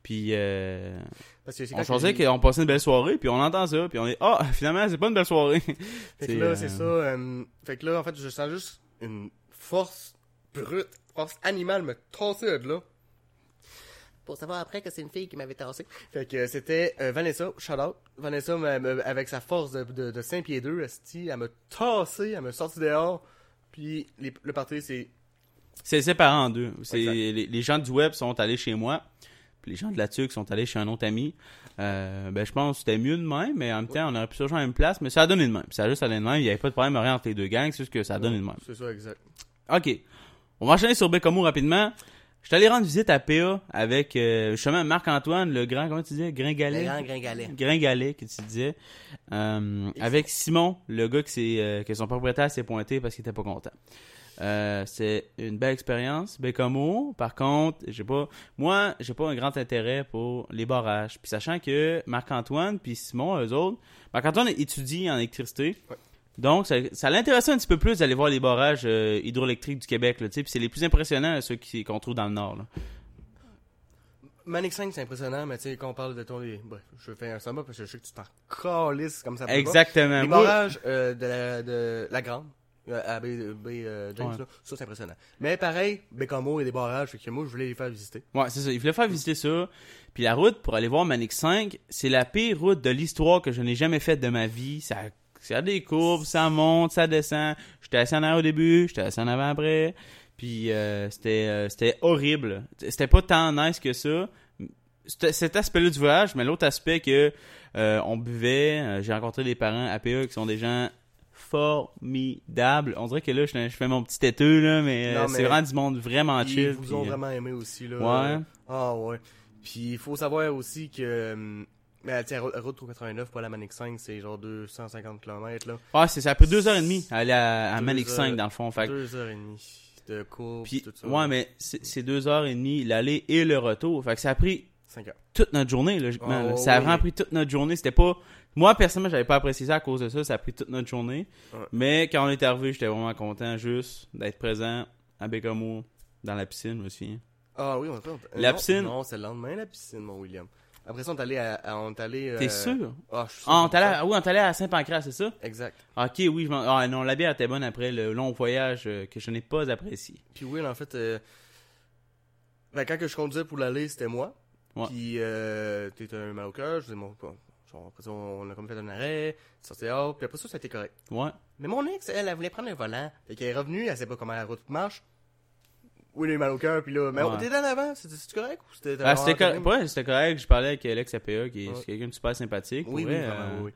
Speaker 2: Puis euh,
Speaker 1: parce que c'est
Speaker 2: on
Speaker 1: quand que
Speaker 2: pensait
Speaker 1: j'ai-
Speaker 2: qu'on passait une belle soirée, puis on entend ça, puis on est Ah, finalement, c'est pas une belle soirée.
Speaker 1: Fait que
Speaker 2: C'est,
Speaker 1: là,
Speaker 2: euh,
Speaker 1: c'est ça. euh, fait que là, en fait, je sens juste une force brute, force animale me tasser de là. Pour savoir après que c'est une fille qui m'avait tassé. Fait que euh, c'était euh, Vanessa, shout out. Vanessa, m'a- m'a- avec sa force de, de, de 5 pieds 2, esti, elle me tassé, elle me sorti dehors. Puis les- le parti, c'est.
Speaker 2: C'est séparé en deux. C'est,
Speaker 1: Exact.
Speaker 2: les, les gens du web sont allés chez moi, puis les gens de la TUC sont allés chez un autre ami. Euh, ben, je pense que c'était mieux de même, mais en même temps, on aurait pu se rejoindre à la même place, mais ça a donné de même. Ça a juste donné de même, il n'y avait pas de problème rien entre les deux gangs, c'est juste que ça a donné de même.
Speaker 1: C'est ça, exact.
Speaker 2: OK. On va enchaîner sur Bécamo rapidement. Je suis allé rendre visite à PA avec euh, justement Marc-Antoine, le grand, comment tu disais, Gringalet.
Speaker 1: gringalet.
Speaker 2: Gringalet, que tu disais. Euh, avec Simon, le gars qui s'est, euh, que son propriétaire s'est pointé parce qu'il était pas content. Euh, c'est une belle expérience, Bécamo. Par contre, j'ai pas, moi, j'ai pas un grand intérêt pour les barrages. Puis sachant que Marc-Antoine puis Simon, eux autres, Marc-Antoine étudie en électricité.
Speaker 1: Ouais.
Speaker 2: Donc, ça, ça l'intéressait un petit peu plus d'aller voir les barrages euh, hydroélectriques du Québec. Là, tu sais. puis c'est les plus impressionnants, ceux qui- qu'on trouve dans le Nord. là.
Speaker 1: Manic 5, c'est impressionnant, mais tu sais, quand on parle de ton. Bref, je fais un sum up parce que je sais que tu t'en calisses comme ça. peut pas.
Speaker 2: Exactement.
Speaker 1: Les
Speaker 2: Moi-
Speaker 1: barrages euh, de, la, de la Grande, euh, à B, B, euh, James,
Speaker 2: Ouais.
Speaker 1: là, ça c'est impressionnant. Mais pareil, Bécamo, il y a des barrages, fait que moi je voulais les faire visiter.
Speaker 2: Ouais, c'est ça. Il voulait faire visiter ça. Puis la route pour aller voir Manic 5, c'est la pire route de l'histoire que je n'ai jamais faite de ma vie. Ça, ça a des courbes, ça monte, ça descend. J'étais assis en arrière au début, j'étais assis en avant après. Puis euh, c'était, euh, c'était horrible. C'était pas tant nice que ça. C'était- Cet aspect-là du voyage, mais l'autre aspect que euh, on buvait, euh, j'ai rencontré des parents APE qui sont des gens formidables. On dirait que là, je, je fais mon petit têteux, là, mais,
Speaker 1: Non,
Speaker 2: euh,
Speaker 1: mais
Speaker 2: c'est vraiment du monde vraiment
Speaker 1: Ils
Speaker 2: chill.
Speaker 1: vous
Speaker 2: puis,
Speaker 1: ont
Speaker 2: euh,
Speaker 1: vraiment aimé aussi. Là,
Speaker 2: Ouais.
Speaker 1: Ah ouais. Puis il faut savoir aussi que. hum, Mais tiens, route route 389 pour la Manic 5, c'est genre 250 km, là.
Speaker 2: Ouais, c'est, ça a pris deux heures et demie à aller à, à
Speaker 1: Deux
Speaker 2: Manic 5
Speaker 1: heures-
Speaker 2: dans le fond. Fait que-
Speaker 1: Deux heures et demie de course,
Speaker 2: puis,
Speaker 1: tout ça.
Speaker 2: ouais, mais c'est, c'est deux heures et demie l'aller et le retour. Fait que ça a pris
Speaker 1: Cinq heures.
Speaker 2: toute notre journée, logiquement.
Speaker 1: Ah,
Speaker 2: là.
Speaker 1: ouais,
Speaker 2: ça a
Speaker 1: ouais.
Speaker 2: vraiment pris toute notre journée. C'était pas. Moi, personnellement, j'avais pas apprécié ça à cause de ça. Ça a pris toute notre journée.
Speaker 1: Ouais.
Speaker 2: Mais quand on est arrivé, j'étais vraiment content juste d'être présent à Bécamo dans la piscine, je me souviens.
Speaker 1: Ah oui, on est on-
Speaker 2: La
Speaker 1: non,
Speaker 2: piscine.
Speaker 1: Non, c'est le lendemain, la piscine, mon William. Après ça, on est allé à. à- on est allé.
Speaker 2: T'es
Speaker 1: euh,
Speaker 2: sûr?
Speaker 1: Ah, je suis sûr.
Speaker 2: Ah, on t'allait à- oui, on t'allait à Saint-Pancras, c'est ça?
Speaker 1: Exact.
Speaker 2: Ok, oui, je m'en- Ah non, la bière était bonne après le long voyage euh, que je n'ai pas apprécié.
Speaker 1: Puis Will, en fait, euh, ben, quand que je conduisais pour l'aller, c'était moi.
Speaker 2: Ouais.
Speaker 1: Puis euh, t'étais un mal au cœur, je disais, bon, quoi. Genre, après ça, on a comme fait un arrêt, sorti dehors, puis après ça, ça a été correct.
Speaker 2: Ouais.
Speaker 1: Mais mon ex, elle, elle voulait prendre le volant. Fait qu'elle est revenue, elle sait pas comment la route marche. Oui, elle a eu mal au cœur, puis là, mais on
Speaker 2: Ouais.
Speaker 1: était dans l'avant, c'était c'était correct ou c'était.
Speaker 2: Ah, c'était
Speaker 1: vraiment-
Speaker 2: correct. Ouais, c'était correct. Je parlais avec Alex APA, qui est
Speaker 1: Ouais.
Speaker 2: c'est quelqu'un de super sympathique.
Speaker 1: Oui, oui,
Speaker 2: pour vrai,
Speaker 1: vraiment,
Speaker 2: euh,
Speaker 1: oui.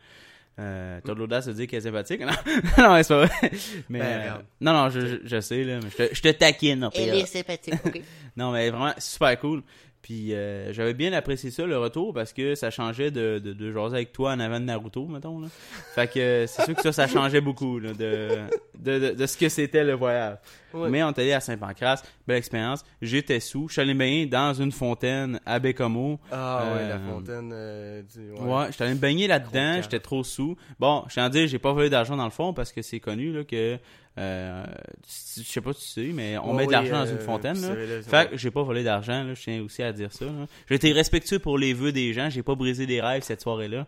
Speaker 2: euh, T'as de l'audace de dire qu'elle est sympathique. Non, non c'est pas vrai. Mais,
Speaker 1: Ben,
Speaker 2: euh,
Speaker 1: regarde.
Speaker 2: non, non, je, je, je sais, là. Mais je, te, je te taquine, APA.
Speaker 3: Elle est sympathique, ok?
Speaker 2: Non, mais vraiment super cool. Puis euh, j'avais bien apprécié ça, le retour, parce que ça changeait de, de, de jaser avec toi en avant de Naruto, mettons. Là. Fait que euh, c'est sûr que ça, ça changeait beaucoup là, de, de, de, de ce que c'était le voyage.
Speaker 1: Ouais.
Speaker 2: Mais on est allé à Saint-Pancras, belle expérience. J'étais sous, je suis allé me baigner dans une fontaine à Bécamo.
Speaker 1: Ah, ouais, la
Speaker 2: Euh,
Speaker 1: fontaine euh, du.
Speaker 2: Ouais, j'étais allé me baigner là-dedans,
Speaker 1: Gros
Speaker 2: j'étais trop sous. Bon, je tiens à dire, j'ai pas volé d'argent dans le fond parce que c'est connu là, que. euh, tu- je sais pas si tu sais, mais on
Speaker 1: Ouais,
Speaker 2: met de
Speaker 1: oui,
Speaker 2: l'argent dans
Speaker 1: euh,
Speaker 2: une fontaine.
Speaker 1: puis
Speaker 2: Là.
Speaker 1: c'est- là, c'est-
Speaker 2: Fait que j'ai pas volé d'argent, là, je tiens aussi à dire ça. là. J'ai été respectueux pour les vœux des gens, j'ai pas brisé des rêves cette soirée-là.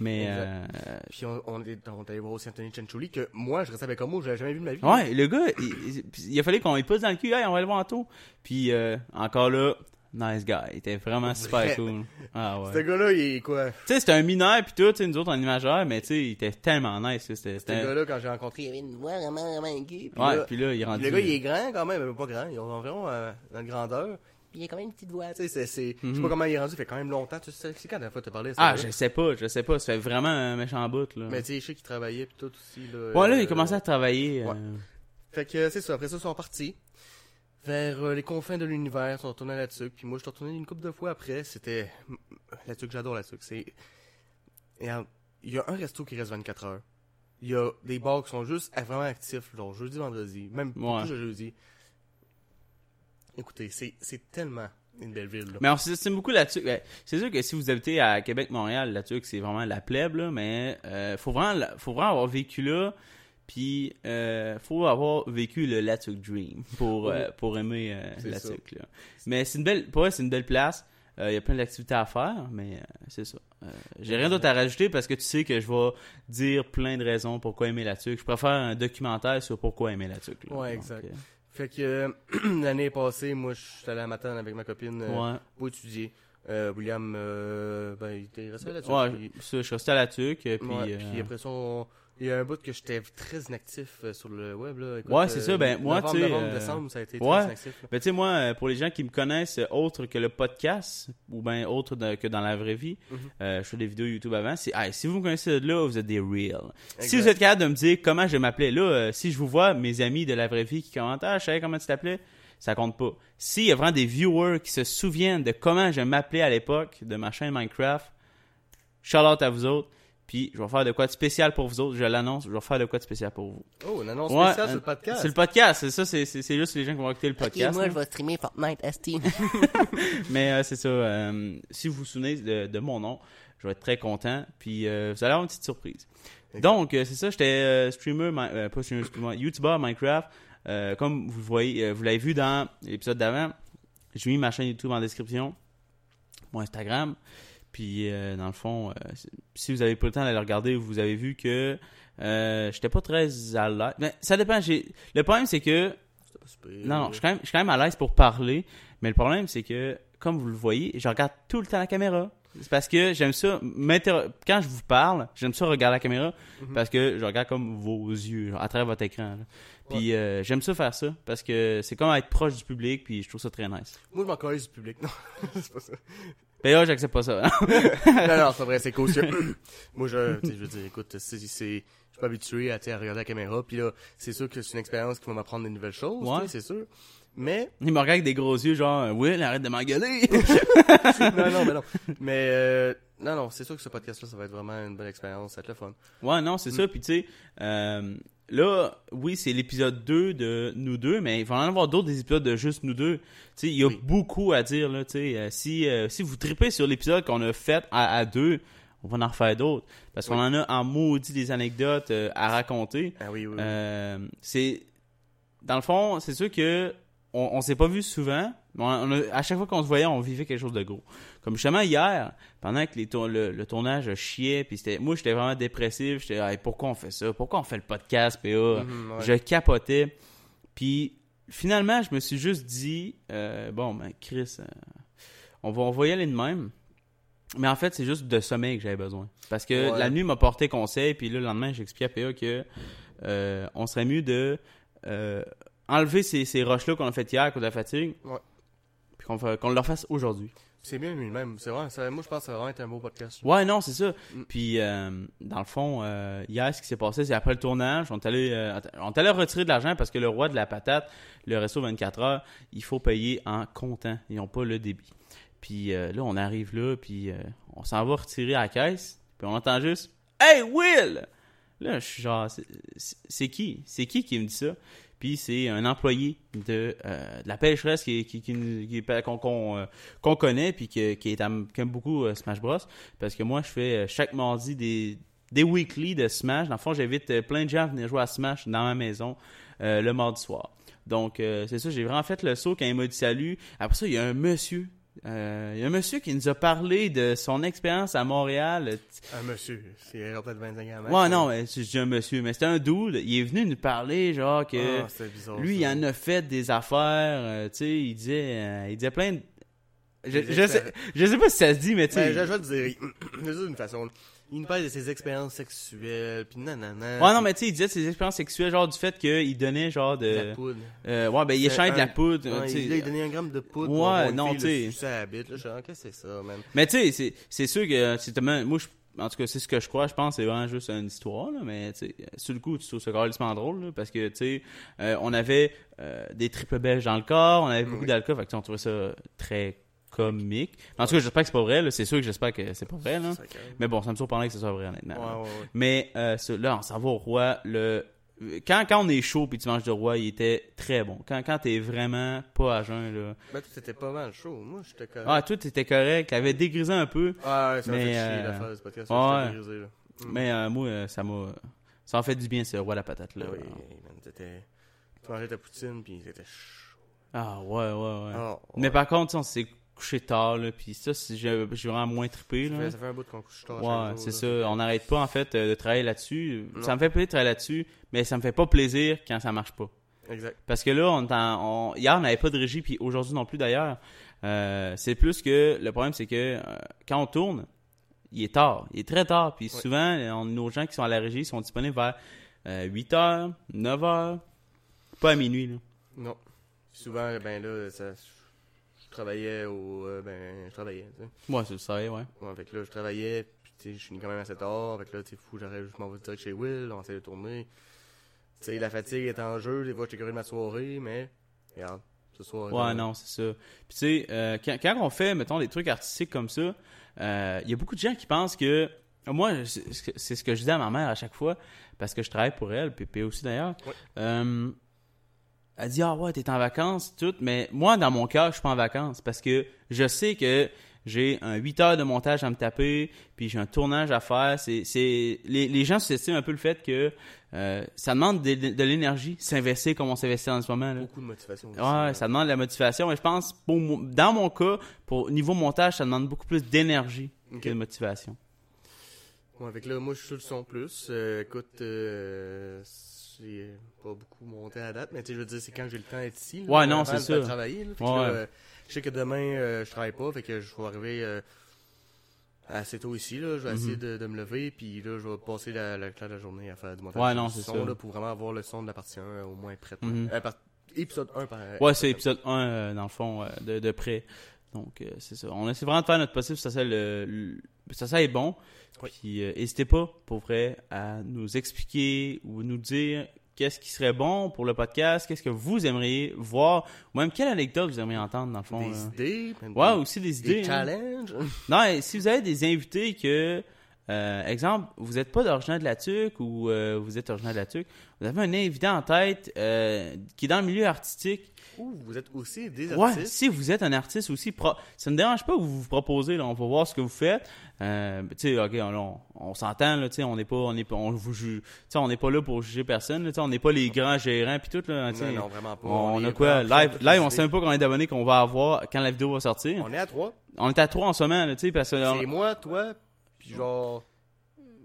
Speaker 2: Mais euh,
Speaker 1: Puis on, on est on est allé voir aussi Anthony Cianciulli, que moi, je restais avec Homo, j'avais jamais vu de ma vie.
Speaker 2: euh, ouais, le gars, il, il- il a fallu qu'on lui pousse dans le cul, Hey, on va le voir en tout. Puis euh, encore là, nice guy, il était vraiment super cool. Ah ouais.
Speaker 1: Ce gars-là, il est quoi
Speaker 2: Tu sais, c'était un mineur puis tout, tu sais, nous autres on est majeurs, mais tu sais, il était tellement nice, là, c'était
Speaker 1: Ce
Speaker 2: c'était un-
Speaker 1: gars-là, quand j'ai rencontré,
Speaker 3: Puis il y avait une voix vraiment, vraiment aiguë. Puis
Speaker 2: Ouais,
Speaker 1: là,
Speaker 2: puis là, il est rendu. euh,
Speaker 1: Le gars, il est grand quand même, mais pas grand. Ils ont environ euh, notre grandeur.
Speaker 3: il y a quand même une petite voix.
Speaker 1: Tu sais, c'est, c'est- je sais pas comment il est rendu, ça fait quand même longtemps. Tu sais, c'est quand la dernière fois que t'as parlé à ce
Speaker 2: Mhm. Ah,
Speaker 1: gars-là?
Speaker 2: je sais pas, je sais pas, ça fait vraiment un méchant bout, là.
Speaker 1: Mais tu sais, je sais qu'il travaillait pis tout aussi. Là,
Speaker 2: ouais, là,
Speaker 1: euh,
Speaker 2: il commençait à travailler.
Speaker 1: ouais.
Speaker 2: euh,
Speaker 1: Fait que c'est ça, après ça, ils sont partis vers euh, les confins de l'univers, ils sont retournés à la tuque, puis moi je suis retourné une couple de fois après, c'était euh, la tuque, j'adore la tuque, c'est... Et en- Il y a un resto qui reste 24 heures. Il y a des bars qui sont juste euh, vraiment actifs, genre jeudi, vendredi, même
Speaker 2: Ouais.
Speaker 1: plus le jeudi. Écoutez, c'est c'est tellement une belle ville. Là.
Speaker 2: Mais on s'estime beaucoup là-dessus. Ouais, C'est sûr que si vous habitez à Québec, Montréal, là-dessus, que c'est vraiment la plèbe, là, mais euh, faut, vraiment, la- faut vraiment avoir vécu là. Puis, euh, faut avoir vécu le Latuk Dream pour, euh, pour aimer euh,
Speaker 1: C'est ça.
Speaker 2: Latuk. là. Mais c'est une belle, pour vrai, c'est une belle place. Euh, Il y a plein d'activités à faire, mais euh, c'est ça. Euh, J'ai rien d'autre à rajouter parce que tu sais que je vais dire plein de raisons pourquoi aimer Latuk. Je préfère un documentaire sur pourquoi aimer Latuk. là.
Speaker 1: Ouais,
Speaker 2: Donc,
Speaker 1: exact.
Speaker 2: euh,
Speaker 1: Fait que euh, l'année passée, moi je suis allé à Matane avec ma copine euh,
Speaker 2: ouais.
Speaker 1: pour étudier. Euh, William, euh, ben, il était resté là-dessus.
Speaker 2: Ouais,
Speaker 1: puis-
Speaker 2: ça, je suis resté à Latuk. Puis,
Speaker 1: Ouais,
Speaker 2: euh,
Speaker 1: puis après ça, on- il y a un bout que j'étais très inactif euh, sur le web. Là. Écoute, euh,
Speaker 2: Ouais, c'est ça, ben, moi,
Speaker 1: novembre,
Speaker 2: tu sais,
Speaker 1: novembre,
Speaker 2: euh,
Speaker 1: décembre, ça a été
Speaker 2: ouais.
Speaker 1: très inactif. là.
Speaker 2: Ben, tu sais, moi, euh, pour les gens qui me connaissent euh, autre que le podcast, ou bien autre de- que dans la vraie vie,
Speaker 1: Mhm.
Speaker 2: euh, je fais des vidéos YouTube avant. C'est, Hey, si vous me connaissez de là, vous êtes des real. Si
Speaker 1: Exact.
Speaker 2: vous êtes capable de me dire comment je m'appelais là, euh, si je vous vois, mes amis de la vraie vie qui commentent, ah, je savais comment tu t'appelais, ça compte pas. S'il y a vraiment des viewers qui se souviennent de comment je m'appelais à l'époque de ma chaîne Minecraft, shout out à vous autres. Puis, je vais faire de quoi de spécial pour vous autres. Je l'annonce, je vais faire de quoi de spécial pour vous.
Speaker 1: Oh, une annonce
Speaker 2: Ouais,
Speaker 1: spéciale
Speaker 2: euh,
Speaker 1: sur le podcast.
Speaker 2: C'est le podcast, c'est ça, c'est, c'est, c'est juste les gens qui vont écouter le
Speaker 3: Ok,
Speaker 2: podcast. hein?
Speaker 3: moi,
Speaker 2: là.
Speaker 3: je vais streamer Fortnite, ST.
Speaker 2: Mais euh, c'est ça. euh, si vous vous souvenez de, de mon nom, je vais être très content. Puis euh, vous allez avoir une petite surprise.
Speaker 1: Exact.
Speaker 2: Donc, euh, c'est ça. J'étais euh, streamer, mi- euh, pas streamer, excuse-moi, YouTuber Minecraft. Euh, comme vous le voyez, euh, vous l'avez vu dans l'épisode d'avant, j'ai mis ma chaîne YouTube en description, mon Instagram. Puis, euh, dans le fond, euh, c'est- si vous avez pas le temps d'aller regarder, vous avez vu que euh, j'étais pas très à l'aise. Ben, ça dépend. j'ai- Le problème, c'est que
Speaker 1: C'était pas super.
Speaker 2: non, non, je suis quand même, je suis quand même à l'aise pour parler, mais le problème, c'est que, comme vous le voyez, je regarde tout le temps la caméra. C'est parce que j'aime ça, m'inter- quand je vous parle, j'aime ça regarder la caméra, parce que je regarde comme vos yeux, genre, à travers votre écran. là. Puis euh, j'aime ça faire ça, parce que c'est comme être proche du public, puis je trouve ça très nice.
Speaker 1: Moi, je m'en calisse du public. Non, c'est pas ça.
Speaker 2: Mais là, j'accepte pas ça.
Speaker 1: non, non, c'est pas vrai, c'est cautieux. Moi, je, tu sais, je veux dire, écoute, c'est, c'est, je suis pas habitué à, tu sais, à regarder la caméra, puis là, c'est sûr que c'est une expérience qui va m'apprendre des nouvelles choses, tu sais,
Speaker 2: Ouais.
Speaker 1: c'est sûr. Mais,
Speaker 2: Il me regarde avec des gros yeux, genre, Will, arrête de m'engueuler.
Speaker 1: non, non, mais non. Mais, euh, non, non, c'est sûr que ce podcast-là, ça va être vraiment une bonne expérience, ça va être le fun.
Speaker 2: Ouais, non, c'est ça. Puis tu sais, euh, là, oui, c'est l'épisode 2 de nous deux, mais il va en avoir d'autres des épisodes de juste nous deux. Tu sais, il y a
Speaker 1: Oui.
Speaker 2: beaucoup à dire, là. Tu sais, euh, si, euh, si vous tripez sur l'épisode qu'on a fait à, à deux, on va en refaire d'autres. Parce qu'on en a en maudit des anecdotes euh, à raconter.
Speaker 1: Ah oui, oui, oui.
Speaker 2: Euh, c'est dans le fond, c'est sûr que on, on s'est pas vu souvent. mais on- on a- à chaque fois qu'on se voyait, on vivait quelque chose de gros. Comme justement hier, pendant que les tour- le, le tournage chiait, puis c'était, moi j'étais vraiment dépressif. J'étais, Hey, pourquoi on fait ça Pourquoi on fait le podcast PA
Speaker 1: Mhm, ouais.
Speaker 2: Euh, Je capotais. Puis finalement, je me suis juste dit, euh, bon, ben Chris, euh, on va on va y aller de même. Mais en fait, c'est juste de sommeil que j'avais besoin. Parce que
Speaker 1: Ouais.
Speaker 2: la nuit m'a porté conseil, puis là, le lendemain, j'expliquais à PA que euh, on serait mieux de euh, enlever ces, ces rushs-là qu'on a fait hier à cause de la fatigue.
Speaker 1: Ouais.
Speaker 2: Puis qu'on fa- qu'on le refasse aujourd'hui.
Speaker 1: C'est bien lui-même. C'est vrai. Ça, moi, je pense que ça va vraiment être un beau podcast.
Speaker 2: Ouais, non, c'est ça.
Speaker 1: Mm.
Speaker 2: Puis, euh, dans le fond, euh, hier, ce qui s'est passé, c'est après le tournage, on est allé, euh, on est allé retirer de l'argent parce que le roi de la patate, le resto 24 heures, il faut payer en comptant. Ils n'ont pas le débit. Puis euh, là, on arrive là, puis euh, on s'en va retirer à la caisse, puis on entend juste Hey Will! Là, je suis genre, C'est- c'est c'est qui? C'est qui qui me dit ça? Puis c'est un employé de, euh, de la pêcheresse qui, qui, qui, nous- qui- qu'on, qu'on, euh, qu'on connaît, puis que- qui est am- qui aime beaucoup euh, Smash Bros. Parce que moi, je fais euh, chaque mardi des, des weekly de Smash. Dans le fond, j'invite euh, plein de gens à venir jouer à Smash dans ma maison euh, le mardi soir. Donc, euh, c'est ça, j'ai vraiment fait le saut quand il m'a dit salut. Après ça, il y a un monsieur. euh, il y a un monsieur qui nous a parlé de son expérience à Montréal.
Speaker 1: Un Ah, monsieur. C'est peut-être 25 ans. max. hein.
Speaker 2: Ouais, non, mais je dis un monsieur, mais c'était un dude. Il est venu nous parler, genre, que
Speaker 1: Ah, c'était bizarre.
Speaker 2: euh, lui,
Speaker 1: ça.
Speaker 2: il en a fait des affaires. euh, tu sais, il disait, euh, il disait plein de. Je,
Speaker 1: Des
Speaker 2: je sais,
Speaker 1: expéri-
Speaker 2: je sais pas si ça se dit, mais tu
Speaker 1: Ben,
Speaker 2: sais.
Speaker 1: je, je vais te dire. de toute une façon. Il nous parle de ses expériences sexuelles, puis nanana.
Speaker 2: Ouais, non, mais tu sais, il disait ses expériences sexuelles, genre du fait qu'il donnait genre
Speaker 1: puis de
Speaker 2: de.
Speaker 1: La poudre.
Speaker 2: Euh, ouais, ben il échange de la
Speaker 1: un-
Speaker 2: poudre. euh,
Speaker 1: Ouais,
Speaker 2: tu
Speaker 1: il, là,
Speaker 2: sais.
Speaker 1: il donnait un gramme de poudre.
Speaker 2: Ouais, non,
Speaker 1: tu
Speaker 2: t'sais.
Speaker 1: sais. Ça habite, là. Je suis qu'est-ce que c'est ça, man?
Speaker 2: Mais tu sais, c'est- c'est sûr que. c'est tellement- Moi, je- En tout cas, c'est ce que je crois. Je pense que c'est vraiment juste une histoire. Là, mais tu sais, sur le coup, tu trouves ça carrément drôle. là, parce que, tu sais, euh, on avait euh, des triples belges dans le corps. On avait beaucoup d'alcool. Fait que, tu sais, on trouvait ça très comique. En tout cas, j'espère que c'est pas vrai. là, C'est sûr que j'espère que c'est pas vrai. Là.
Speaker 1: Ça, quand même.
Speaker 2: Mais bon, ça me surprendrait que ce soit vrai, honnêtement. là.
Speaker 1: Ouais, ouais, ouais.
Speaker 2: Mais euh, ce- là, on s'en va au roi. Le... Quand, quand on est chaud puis tu manges du roi, il était très bon. Quand, quand t'es vraiment pas à jeun, là.
Speaker 1: Ben, tout était pas mal chaud. Moi, j'étais correct.
Speaker 2: Ah, tout était correct. T'avais dégrisé un peu.
Speaker 1: Ah, ouais, ça m'a
Speaker 2: Mais,
Speaker 1: fait
Speaker 2: euh,
Speaker 1: chier l'affaire de ce podcast.
Speaker 2: ouais.
Speaker 1: j'étais brisé, là. Mm.
Speaker 2: Mais euh, moi, euh, ça m'a. Ça en fait du bien, ce roi à la patate, là.
Speaker 1: Ben Oui, man, t'étais- Tu mangeais ta poutine, puis c'était chaud.
Speaker 2: Ah, ouais, ouais, ouais.
Speaker 1: Ah, ouais.
Speaker 2: Mais par contre, ça, on s'est couché tard, là. Puis ça, c'est- j'ai j'ai vraiment moins trippé,
Speaker 1: Ça
Speaker 2: là.
Speaker 1: fait- ça fait un bout de couche tard
Speaker 2: Ouais,
Speaker 1: chaque jour,
Speaker 2: c'est ça.
Speaker 1: là.
Speaker 2: On n'arrête pas, en fait, euh, de travailler là-dessus.
Speaker 1: Non.
Speaker 2: Ça me fait plaisir de travailler là-dessus, mais ça me fait pas plaisir quand ça marche pas.
Speaker 1: Exact.
Speaker 2: Parce que là, on, est en- on- hier, on n'avait pas de régie, puis aujourd'hui non plus d'ailleurs. Euh, c'est plus que le problème, c'est que euh, quand on tourne, il est tard, il est très tard. Puis
Speaker 1: Ouais.
Speaker 2: souvent, on- nos gens qui sont à la régie sont disponibles vers euh, 8h, 9h, pas à minuit. là.
Speaker 1: Non. Souvent, ben là, ça- je travaillais au. euh, Ben, je travaillais, tu sais.
Speaker 2: Moi, c'est ça, ouais.
Speaker 1: Ouais, fait que là, je travaillais, puis tu sais, je suis venu quand même assez tard. Fait que là, tu sais, fou, j'arrive, je m'en vais direct chez Will, on essaie de tourner. Tu sais, la fatigue est en jeu, des fois, j'étais curieux de ma soirée, mais. Regarde, ce soir.
Speaker 2: Ouais,
Speaker 1: là,
Speaker 2: non, c'est ça. Puis tu sais, euh, quand, quand on fait, mettons, des trucs artistiques comme ça, euh, il y a beaucoup de gens qui pensent que... Moi, c'est ce que- c'est ce que je dis à ma mère à chaque fois, parce que je travaille pour elle, puis puis aussi d'ailleurs.
Speaker 1: Ouais.
Speaker 2: Euh, elle dit, ah ouais, t'es en vacances, tout. Mais moi, dans mon cœur, je suis pas en vacances, parce que je sais que j'ai un 8 heures de montage à me taper, puis j'ai un tournage à faire. C'est, c'est, les, les gens sous-estiment un peu le fait que euh, ça demande de, de- de l'énergie, s'investir comme on s'investit en ce moment. Là.
Speaker 1: Beaucoup de motivation. aussi,
Speaker 2: Ouais, ouais,
Speaker 1: là.
Speaker 2: ça demande de la motivation. Et je pense, pour mon- dans mon cas, pour niveau montage, ça demande beaucoup plus d'énergie
Speaker 1: Ok.
Speaker 2: que de motivation.
Speaker 1: Ouais, avec là, moi, je suis sur le son plus. Euh, écoute, euh, j'ai pas beaucoup monté à date, mais tu sais, je veux dire, c'est quand j'ai le temps d'être ici. là,
Speaker 2: Ouais, non,
Speaker 1: avant
Speaker 2: c'est
Speaker 1: de
Speaker 2: ça.
Speaker 1: travailler, là. Fait que
Speaker 2: Ouais.
Speaker 1: là, euh, je sais que demain, euh, je travaille pas, fait que je vais arriver euh, assez tôt ici, là. Je vais
Speaker 2: Mhm.
Speaker 1: essayer de, de me lever, puis là, je vais passer la, la, la journée à faire du montage
Speaker 2: Ouais,
Speaker 1: du
Speaker 2: non, c'est
Speaker 1: son,
Speaker 2: ça.
Speaker 1: là, pour vraiment avoir le son de la partie 1 euh, au moins prête.
Speaker 2: Mhm.
Speaker 1: Euh, par- épisode 1 par
Speaker 2: Ouais, c'est épisode 1, euh, dans le fond, euh, de, de près. Donc, euh, c'est ça. On essaie vraiment de faire notre possible. Ça, ça, le, le- ça, ça est bon.
Speaker 1: Oui.
Speaker 2: Puis, euh, n'hésitez pas, pour vrai, à nous expliquer ou nous dire qu'est-ce qui serait bon pour le podcast, qu'est-ce que vous aimeriez voir, ou même quelle anecdote vous aimeriez entendre, dans le fond.
Speaker 1: Des
Speaker 2: là.
Speaker 1: idées.
Speaker 2: euh, Ouais, aussi des idées.
Speaker 1: Des
Speaker 2: hein.
Speaker 1: challenges.
Speaker 2: Non, et si vous avez des invités que, euh, exemple, vous n'êtes pas d'originaire de la TUC ou euh, vous êtes originaire de la TUC, vous avez un invité en tête euh, qui est dans le milieu artistique.
Speaker 1: Ouh, vous êtes aussi des
Speaker 2: Ouais,
Speaker 1: artistes.
Speaker 2: si vous êtes un artiste aussi, pro- ça ne dérange pas où vous vous proposez, là, on va voir ce que vous faites. Euh, tu sais, ok, on, on, on s'entend, là, tu sais, on n'est pas, on n'est pas, on vous juge, tu sais, on n'est pas là pour juger personne, là, tu sais, on n'est pas les grands gérants puis tout, là, tu sais.
Speaker 1: Non, non, vraiment pas.
Speaker 2: On,
Speaker 1: est
Speaker 2: a quoi?
Speaker 1: vraiment
Speaker 2: Live,
Speaker 1: toutes les
Speaker 2: live, on
Speaker 1: idées.
Speaker 2: sait même pas combien d'abonnés qu'on va avoir quand la vidéo va sortir.
Speaker 1: On est à trois.
Speaker 2: On est à trois en ce moment, là, tu sais, parce que on-
Speaker 1: C'est moi, toi, puis genre.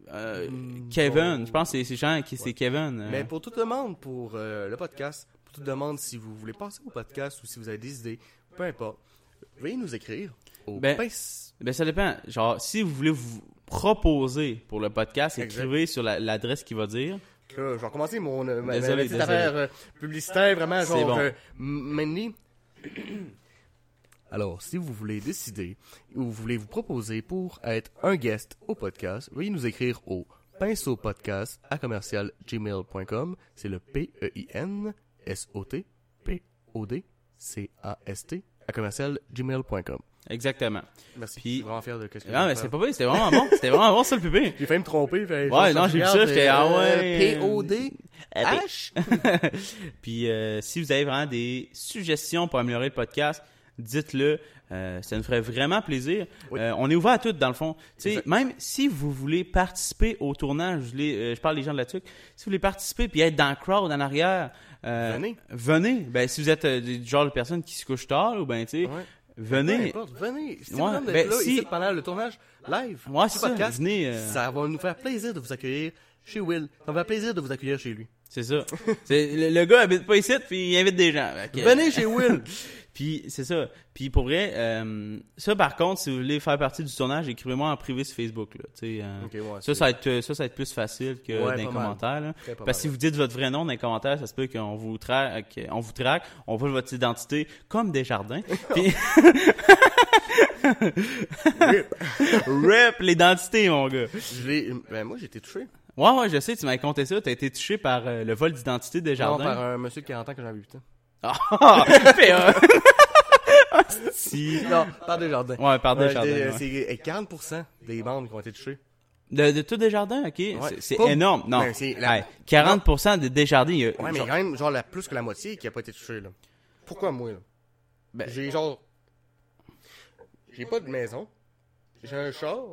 Speaker 2: Euh,
Speaker 1: Mm,
Speaker 2: Kevin,
Speaker 1: bon.
Speaker 2: je pense que c'est- c'est Jean qui c'est Kevin. euh.
Speaker 1: Mais pour toute demande, pour euh, le podcast, pour toute demande, si vous voulez passer au podcast ou si vous avez des idées, peu importe, veuillez nous écrire au
Speaker 2: Ben,
Speaker 1: pince.
Speaker 2: Ben, ça dépend. Genre, si vous voulez vous proposer pour le podcast,
Speaker 1: Exact.
Speaker 2: écrivez sur la- l'adresse qu'il va dire.
Speaker 1: Là, je vais recommencer mon euh, ma, ma-
Speaker 2: Désolé,
Speaker 1: ma petite
Speaker 2: désolé.
Speaker 1: affaire euh, publicitaire, vraiment,
Speaker 2: C'est
Speaker 1: genre,
Speaker 2: bon.
Speaker 1: euh, m- Manny. Alors, si vous voulez décider ou vous voulez vous proposer pour être un guest au podcast, veuillez nous écrire au pinceau podcast à commercial gmail.com. C'est le E P-E-I-N-S-O-T-P-O-D-C-A-S-T à commercial gmail.com.
Speaker 2: Exactement.
Speaker 1: Merci.
Speaker 2: Puis-
Speaker 1: Je suis vraiment fier de qu'est-ce que
Speaker 2: Non,
Speaker 1: j'ai
Speaker 2: mais
Speaker 1: fait.
Speaker 2: c'est pas vrai, c'était vraiment bon. C'était vraiment bon, ça, le pépé.
Speaker 1: J'ai failli me tromper. fait-
Speaker 2: Ouais,
Speaker 1: je
Speaker 2: non, j'ai vu
Speaker 1: regarde,
Speaker 2: ça, j'étais,
Speaker 1: euh,
Speaker 2: ah ouais. Eh ben,
Speaker 1: P-O-D-H.
Speaker 2: Puis, euh, si vous avez vraiment des suggestions pour améliorer le podcast, dites-le. Euh, ça nous ferait vraiment plaisir.
Speaker 1: Oui.
Speaker 2: Euh, on est ouvert à tout, dans le fond. Tu sais,
Speaker 1: Exact.
Speaker 2: même si vous voulez participer au tournage, je, les- euh, je parle des gens de la TUC, si vous voulez participer puis être dans le crowd en arrière, euh,
Speaker 1: Venez.
Speaker 2: Venez. Ben, si vous êtes euh, du genre de personne qui se couche tard, ou ben, tu sais,
Speaker 1: Ouais. Peu
Speaker 2: venez.
Speaker 1: importe, venez. Si
Speaker 2: Ouais,
Speaker 1: vous êtes
Speaker 2: ben,
Speaker 1: là,
Speaker 2: si-
Speaker 1: ici, pendant le tournage live,
Speaker 2: Ouais,
Speaker 1: du
Speaker 2: c'est ça,
Speaker 1: podcast,
Speaker 2: venez, euh,
Speaker 1: ça va nous faire plaisir de vous accueillir chez Will. Ça va faire plaisir de vous accueillir chez lui.
Speaker 2: C'est ça. C'est- le, le gars habite pas ici, puis il invite des gens. Fait que-
Speaker 1: Venez chez Will.
Speaker 2: Puis c'est ça. Puis pour vrai, euh, ça par contre, si vous voulez faire partie du tournage, écrivez-moi en privé sur Facebook. Là, tu sais, euh,
Speaker 1: Ok, ouais,
Speaker 2: ça,
Speaker 1: c'est-
Speaker 2: ça va, être, euh, ça, ça va être plus facile que
Speaker 1: Ouais,
Speaker 2: dans les
Speaker 1: pas mal.
Speaker 2: commentaires. là.
Speaker 1: Très pas
Speaker 2: Parce que si
Speaker 1: mal,
Speaker 2: vous dites votre vrai nom dans les commentaires, ça se peut qu'on vous traque, on vous traque, on vole votre identité comme des jardins. Puis...
Speaker 1: Rip.
Speaker 2: Rip l'identité, mon gars.
Speaker 1: Je l'ai- Ben, moi, j'ai été touché.
Speaker 2: Ouais, ouais, je sais, tu m'avais conté ça. T'as été touché par euh, le vol d'identité des
Speaker 1: Non,
Speaker 2: jardins.
Speaker 1: par un monsieur de 40 ans que j'avais 8 ans.
Speaker 2: Ah, fais un. Hostie.
Speaker 1: Non, par Desjardins.
Speaker 2: Ouais, par
Speaker 1: Ouais,
Speaker 2: Desjardins,
Speaker 1: des-
Speaker 2: ouais.
Speaker 1: C'est euh, 40% des membres qui ont été touchés.
Speaker 2: De, de tout Desjardins, ok. C'est- C'est
Speaker 1: Pas-
Speaker 2: énorme. Non.
Speaker 1: Ben, c'est la-
Speaker 2: Ouais, 40% de Desjardins. il y a-
Speaker 1: Ouais, mais
Speaker 2: genre-
Speaker 1: quand même, genre, la, plus que la moitié qui a pas été touchée, là. Pourquoi moi, là?
Speaker 2: Ben-
Speaker 1: J'ai genre. J'ai pas de maison. J'ai un char.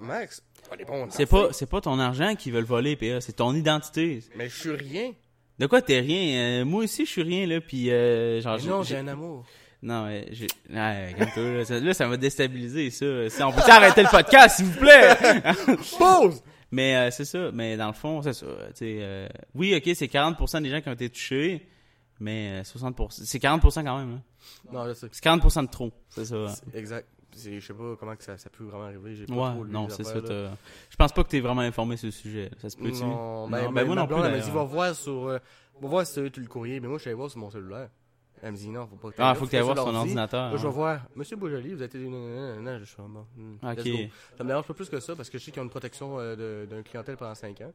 Speaker 1: Max, on est bon, on
Speaker 2: C'est
Speaker 1: t'en
Speaker 2: pas,
Speaker 1: fait.
Speaker 2: c'est pas ton argent qu'ils veulent voler, PA. C'est ton identité.
Speaker 1: Mais je suis rien.
Speaker 2: De quoi t'es rien? Euh, moi aussi, je suis rien, là, puis euh, genre...
Speaker 1: non, j'ai un amour.
Speaker 2: Non, mais j'ai... Ouais, calme-toi, là, ça, là, ça m'a déstabilisé, ça. Si on peut arrêter le podcast, s'il vous plaît?
Speaker 1: Pause!
Speaker 2: mais euh, c'est ça. Mais dans le fond, c'est ça. tu sais, euh, Oui, OK, c'est 40% des gens qui ont été touchés, mais euh, 60%... C'est 40% quand même, là.
Speaker 1: Non, je sais.
Speaker 2: C'est 40% de trop, c'est ça.
Speaker 1: Exact. C'est- Je sais pas comment que ça, ça peut vraiment arriver. J'ai pas
Speaker 2: Ouais,
Speaker 1: trop lu
Speaker 2: non,
Speaker 1: les
Speaker 2: c'est ça.
Speaker 1: affaires, là.
Speaker 2: t'as- Je pense pas que t'es vraiment informé sur le sujet. Ça se peut-tu?
Speaker 1: Non, ben,
Speaker 2: Non,
Speaker 1: ben moi non plus. Elle m'a
Speaker 2: d'ailleurs.
Speaker 1: dit, va voir sur. euh, va voir si t'as eu le courrier. Mais moi, je suis allé voir sur mon cellulaire. Elle me dit, non, faut pas que
Speaker 2: Ah,
Speaker 1: là,
Speaker 2: faut que
Speaker 1: t'ailles
Speaker 2: t'ailles voir
Speaker 1: sur
Speaker 2: son
Speaker 1: l'ordi.
Speaker 2: ordinateur.
Speaker 1: Là, je vais
Speaker 2: hein.
Speaker 1: voir. Monsieur Beaujoli, vous êtes. Non, non, non, je suis mort. Hmm,
Speaker 2: Ok.
Speaker 1: let's go. Ça me dérange pas plus que ça parce que je sais qu'ils ont une protection euh, de- d'un clientèle pendant 5 ans.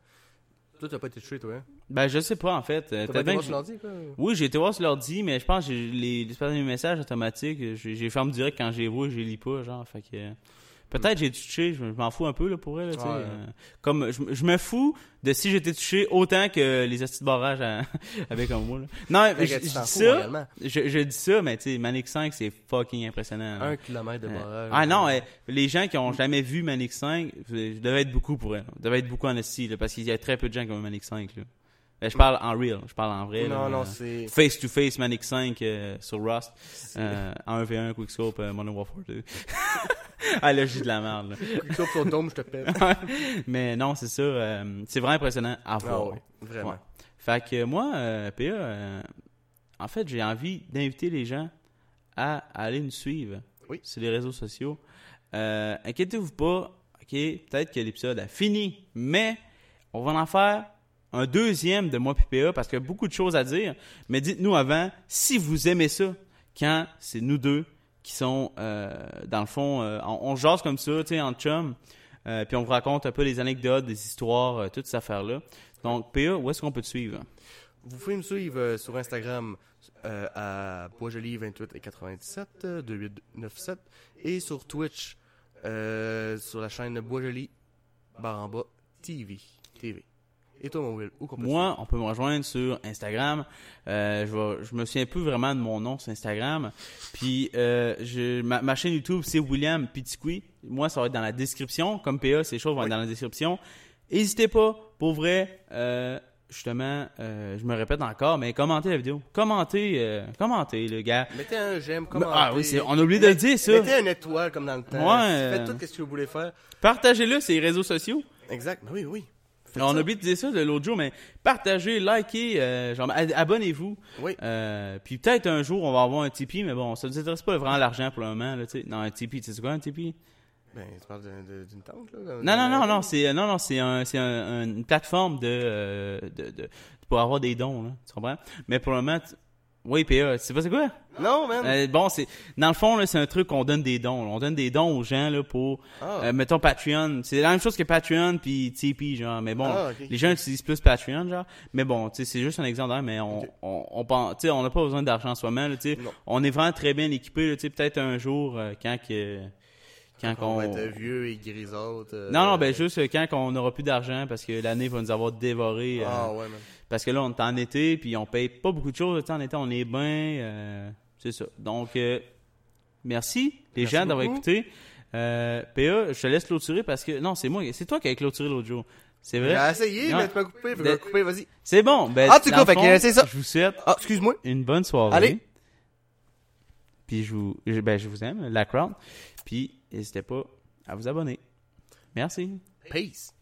Speaker 1: Toi, t'as pas été touché, toi. Hein?
Speaker 2: Ben, je sais pas, en fait.
Speaker 1: T'as
Speaker 2: Euh, t'as
Speaker 1: pas été
Speaker 2: bien
Speaker 1: voir
Speaker 2: que-
Speaker 1: sur l'ordi, quoi.
Speaker 2: Oui, j'ai été voir sur l'ordi, mais je pense que j'ai les, les espèces de messages automatiques, j'ai j'ai ferme direct quand j'ai vu, je les lis pas, genre. Fait que euh, peut-être j'ai été touché, je m'en fous un peu là pour elle. Là, tu sais,
Speaker 1: Ouais.
Speaker 2: euh, comme je, m- je me fous de si j'étais touché autant que les astuces de barrage à- avec un mot. Là. Non,
Speaker 1: Fait
Speaker 2: mais
Speaker 1: que
Speaker 2: je, je
Speaker 1: tu
Speaker 2: dis
Speaker 1: t'en fous,
Speaker 2: ça,
Speaker 1: réellement.
Speaker 2: je, je dis ça, mais tu sais, Manic 5 c'est fucking impressionnant. là.
Speaker 1: Un kilomètre de
Speaker 2: Euh,
Speaker 1: barrage.
Speaker 2: ah non, euh, les gens qui ont jamais vu Manic 5, je devais être beaucoup pour elle. Je devais être beaucoup en esti, là, parce qu'il y a très peu de gens qui ont vu Manic 5. Là. Ben, je parle en real, je parle en vrai. là,
Speaker 1: Non, non,
Speaker 2: euh,
Speaker 1: c'est.
Speaker 2: Face to face Manic 5 euh, sur Rust euh, en 1v1 Quickscope euh, Modern Warfare 2. ah là, j'ai de la merde. là.
Speaker 1: Coupe sur le dôme, je te pète.
Speaker 2: Ah Mais non, c'est ça. euh, c'est vraiment impressionnant à
Speaker 1: Ah
Speaker 2: voir.
Speaker 1: ouais, vraiment.
Speaker 2: Ouais. Fait que moi, euh, PA, euh, en fait, j'ai envie d'inviter les gens à aller nous suivre
Speaker 1: Oui.
Speaker 2: sur les réseaux sociaux. Euh, Inquiétez-vous pas, ok, peut-être que l'épisode a fini, mais on va en faire un deuxième de moi puis PA parce qu'il y a beaucoup de choses à dire. Mais dites-nous avant si vous aimez ça quand c'est nous deux qui sont euh, dans le fond, euh, on, on jase comme ça, tu sais, en chum. euh, puis on vous raconte un peu les anecdotes, des histoires, euh, toutes ces affaires-là. Donc, PA, où est-ce qu'on peut te suivre?
Speaker 1: Vous pouvez me suivre euh, sur Instagram euh, à boisjoli 28 et 97 euh, 2897 et sur Twitch euh, sur la chaîne Boisjoli barre en bas TV TV. Et toi mon Will, où qu'on peut te
Speaker 2: Moi, on peut me rejoindre sur Instagram. Euh, je, vais- je me souviens plus vraiment de mon nom sur Instagram. Puis euh, je, ma, ma chaîne YouTube, c'est William Pitiqui. Moi, ça va être dans la description. Comme PA, ces choses vont être dans la description. N'hésitez pas, pour vrai, euh, justement, euh, je me répète encore, mais commentez la vidéo. Commentez, euh, commentez, le gars.
Speaker 1: suivre? Mettez un j'aime,
Speaker 2: Ah,
Speaker 1: commentez.
Speaker 2: oui, c'est- on a oublié de le dire, ça.
Speaker 1: Mettez une étoile comme dans le temps.
Speaker 2: Ouais,
Speaker 1: Faites
Speaker 2: euh,
Speaker 1: tout ce que vous voulez faire.
Speaker 2: Partagez-le sur les réseaux sociaux.
Speaker 1: Exact. Ben oui, oui. Faites
Speaker 2: on
Speaker 1: ça.
Speaker 2: a oublié de dire ça de l'autre jour, mais partagez, likez, euh, genre, ad- abonnez-vous.
Speaker 1: Oui.
Speaker 2: Euh, puis peut-être un jour, on va avoir un Tipeee, mais bon, ça nous intéresse pas vraiment l'argent pour le moment. Là, tu sais. non, un Tipeee, tu sais quoi un Tipeee?
Speaker 1: Ben tu parles de- de- d'une tente là.
Speaker 2: Non, non, non, non, c'est euh, non, non, c'est un, c'est un- une plateforme de, euh, de, de- pour avoir des dons, là, tu comprends? Mais pour le moment, tu- oui, PA, tu sais pas c'est quoi?
Speaker 1: Non, man.
Speaker 2: Euh, bon, c'est dans le fond, là, c'est un truc qu'on donne des dons. là. On donne des dons aux gens là, pour,
Speaker 1: Ah.
Speaker 2: euh, mettons, Patreon. C'est la même chose que Patreon puis Tipeee, genre. Mais bon,
Speaker 1: Ah, ok.
Speaker 2: les gens utilisent plus Patreon, genre. Mais bon, tu sais, c'est juste un exemple, hein, mais on, on, on pense, tu sais, on n'a pas besoin d'argent en soi-même, là, tu sais.
Speaker 1: Non.
Speaker 2: On est vraiment très bien équipés, là, tu sais, peut-être un jour, euh, quand que, quand
Speaker 1: on
Speaker 2: qu'on...
Speaker 1: va être euh, vieux et grisante. euh,
Speaker 2: Non, non, ben juste euh, quand qu'on n'aura plus d'argent parce que l'année va nous avoir dévoré. euh,
Speaker 1: Ah ouais, man.
Speaker 2: parce que là, on est en été, puis on paye pas beaucoup de choses. Tu sais, en été, on est bien. euh, c'est ça. Donc, euh, merci les
Speaker 1: Merci
Speaker 2: gens d'avoir
Speaker 1: beaucoup.
Speaker 2: écouté. Euh, PA, je te laisse clôturer parce que. Non, c'est moi. C'est toi qui as clôturé l'autre jour. C'est vrai.
Speaker 1: J'ai essayé,
Speaker 2: Non.
Speaker 1: mais tu m'as coupé,
Speaker 2: De-
Speaker 1: tu coupé, vas-y.
Speaker 2: C'est bon. Ben,
Speaker 1: En tout
Speaker 2: dans
Speaker 1: cas,
Speaker 2: le
Speaker 1: fait que,
Speaker 2: fond,
Speaker 1: euh, c'est ça.
Speaker 2: Je vous souhaite
Speaker 1: Ah, excuse-moi.
Speaker 2: une bonne soirée.
Speaker 1: Allez.
Speaker 2: Puis je vous, je- ben, je vous aime, la crowd. Puis n'hésitez pas à vous abonner. Merci.
Speaker 1: Peace.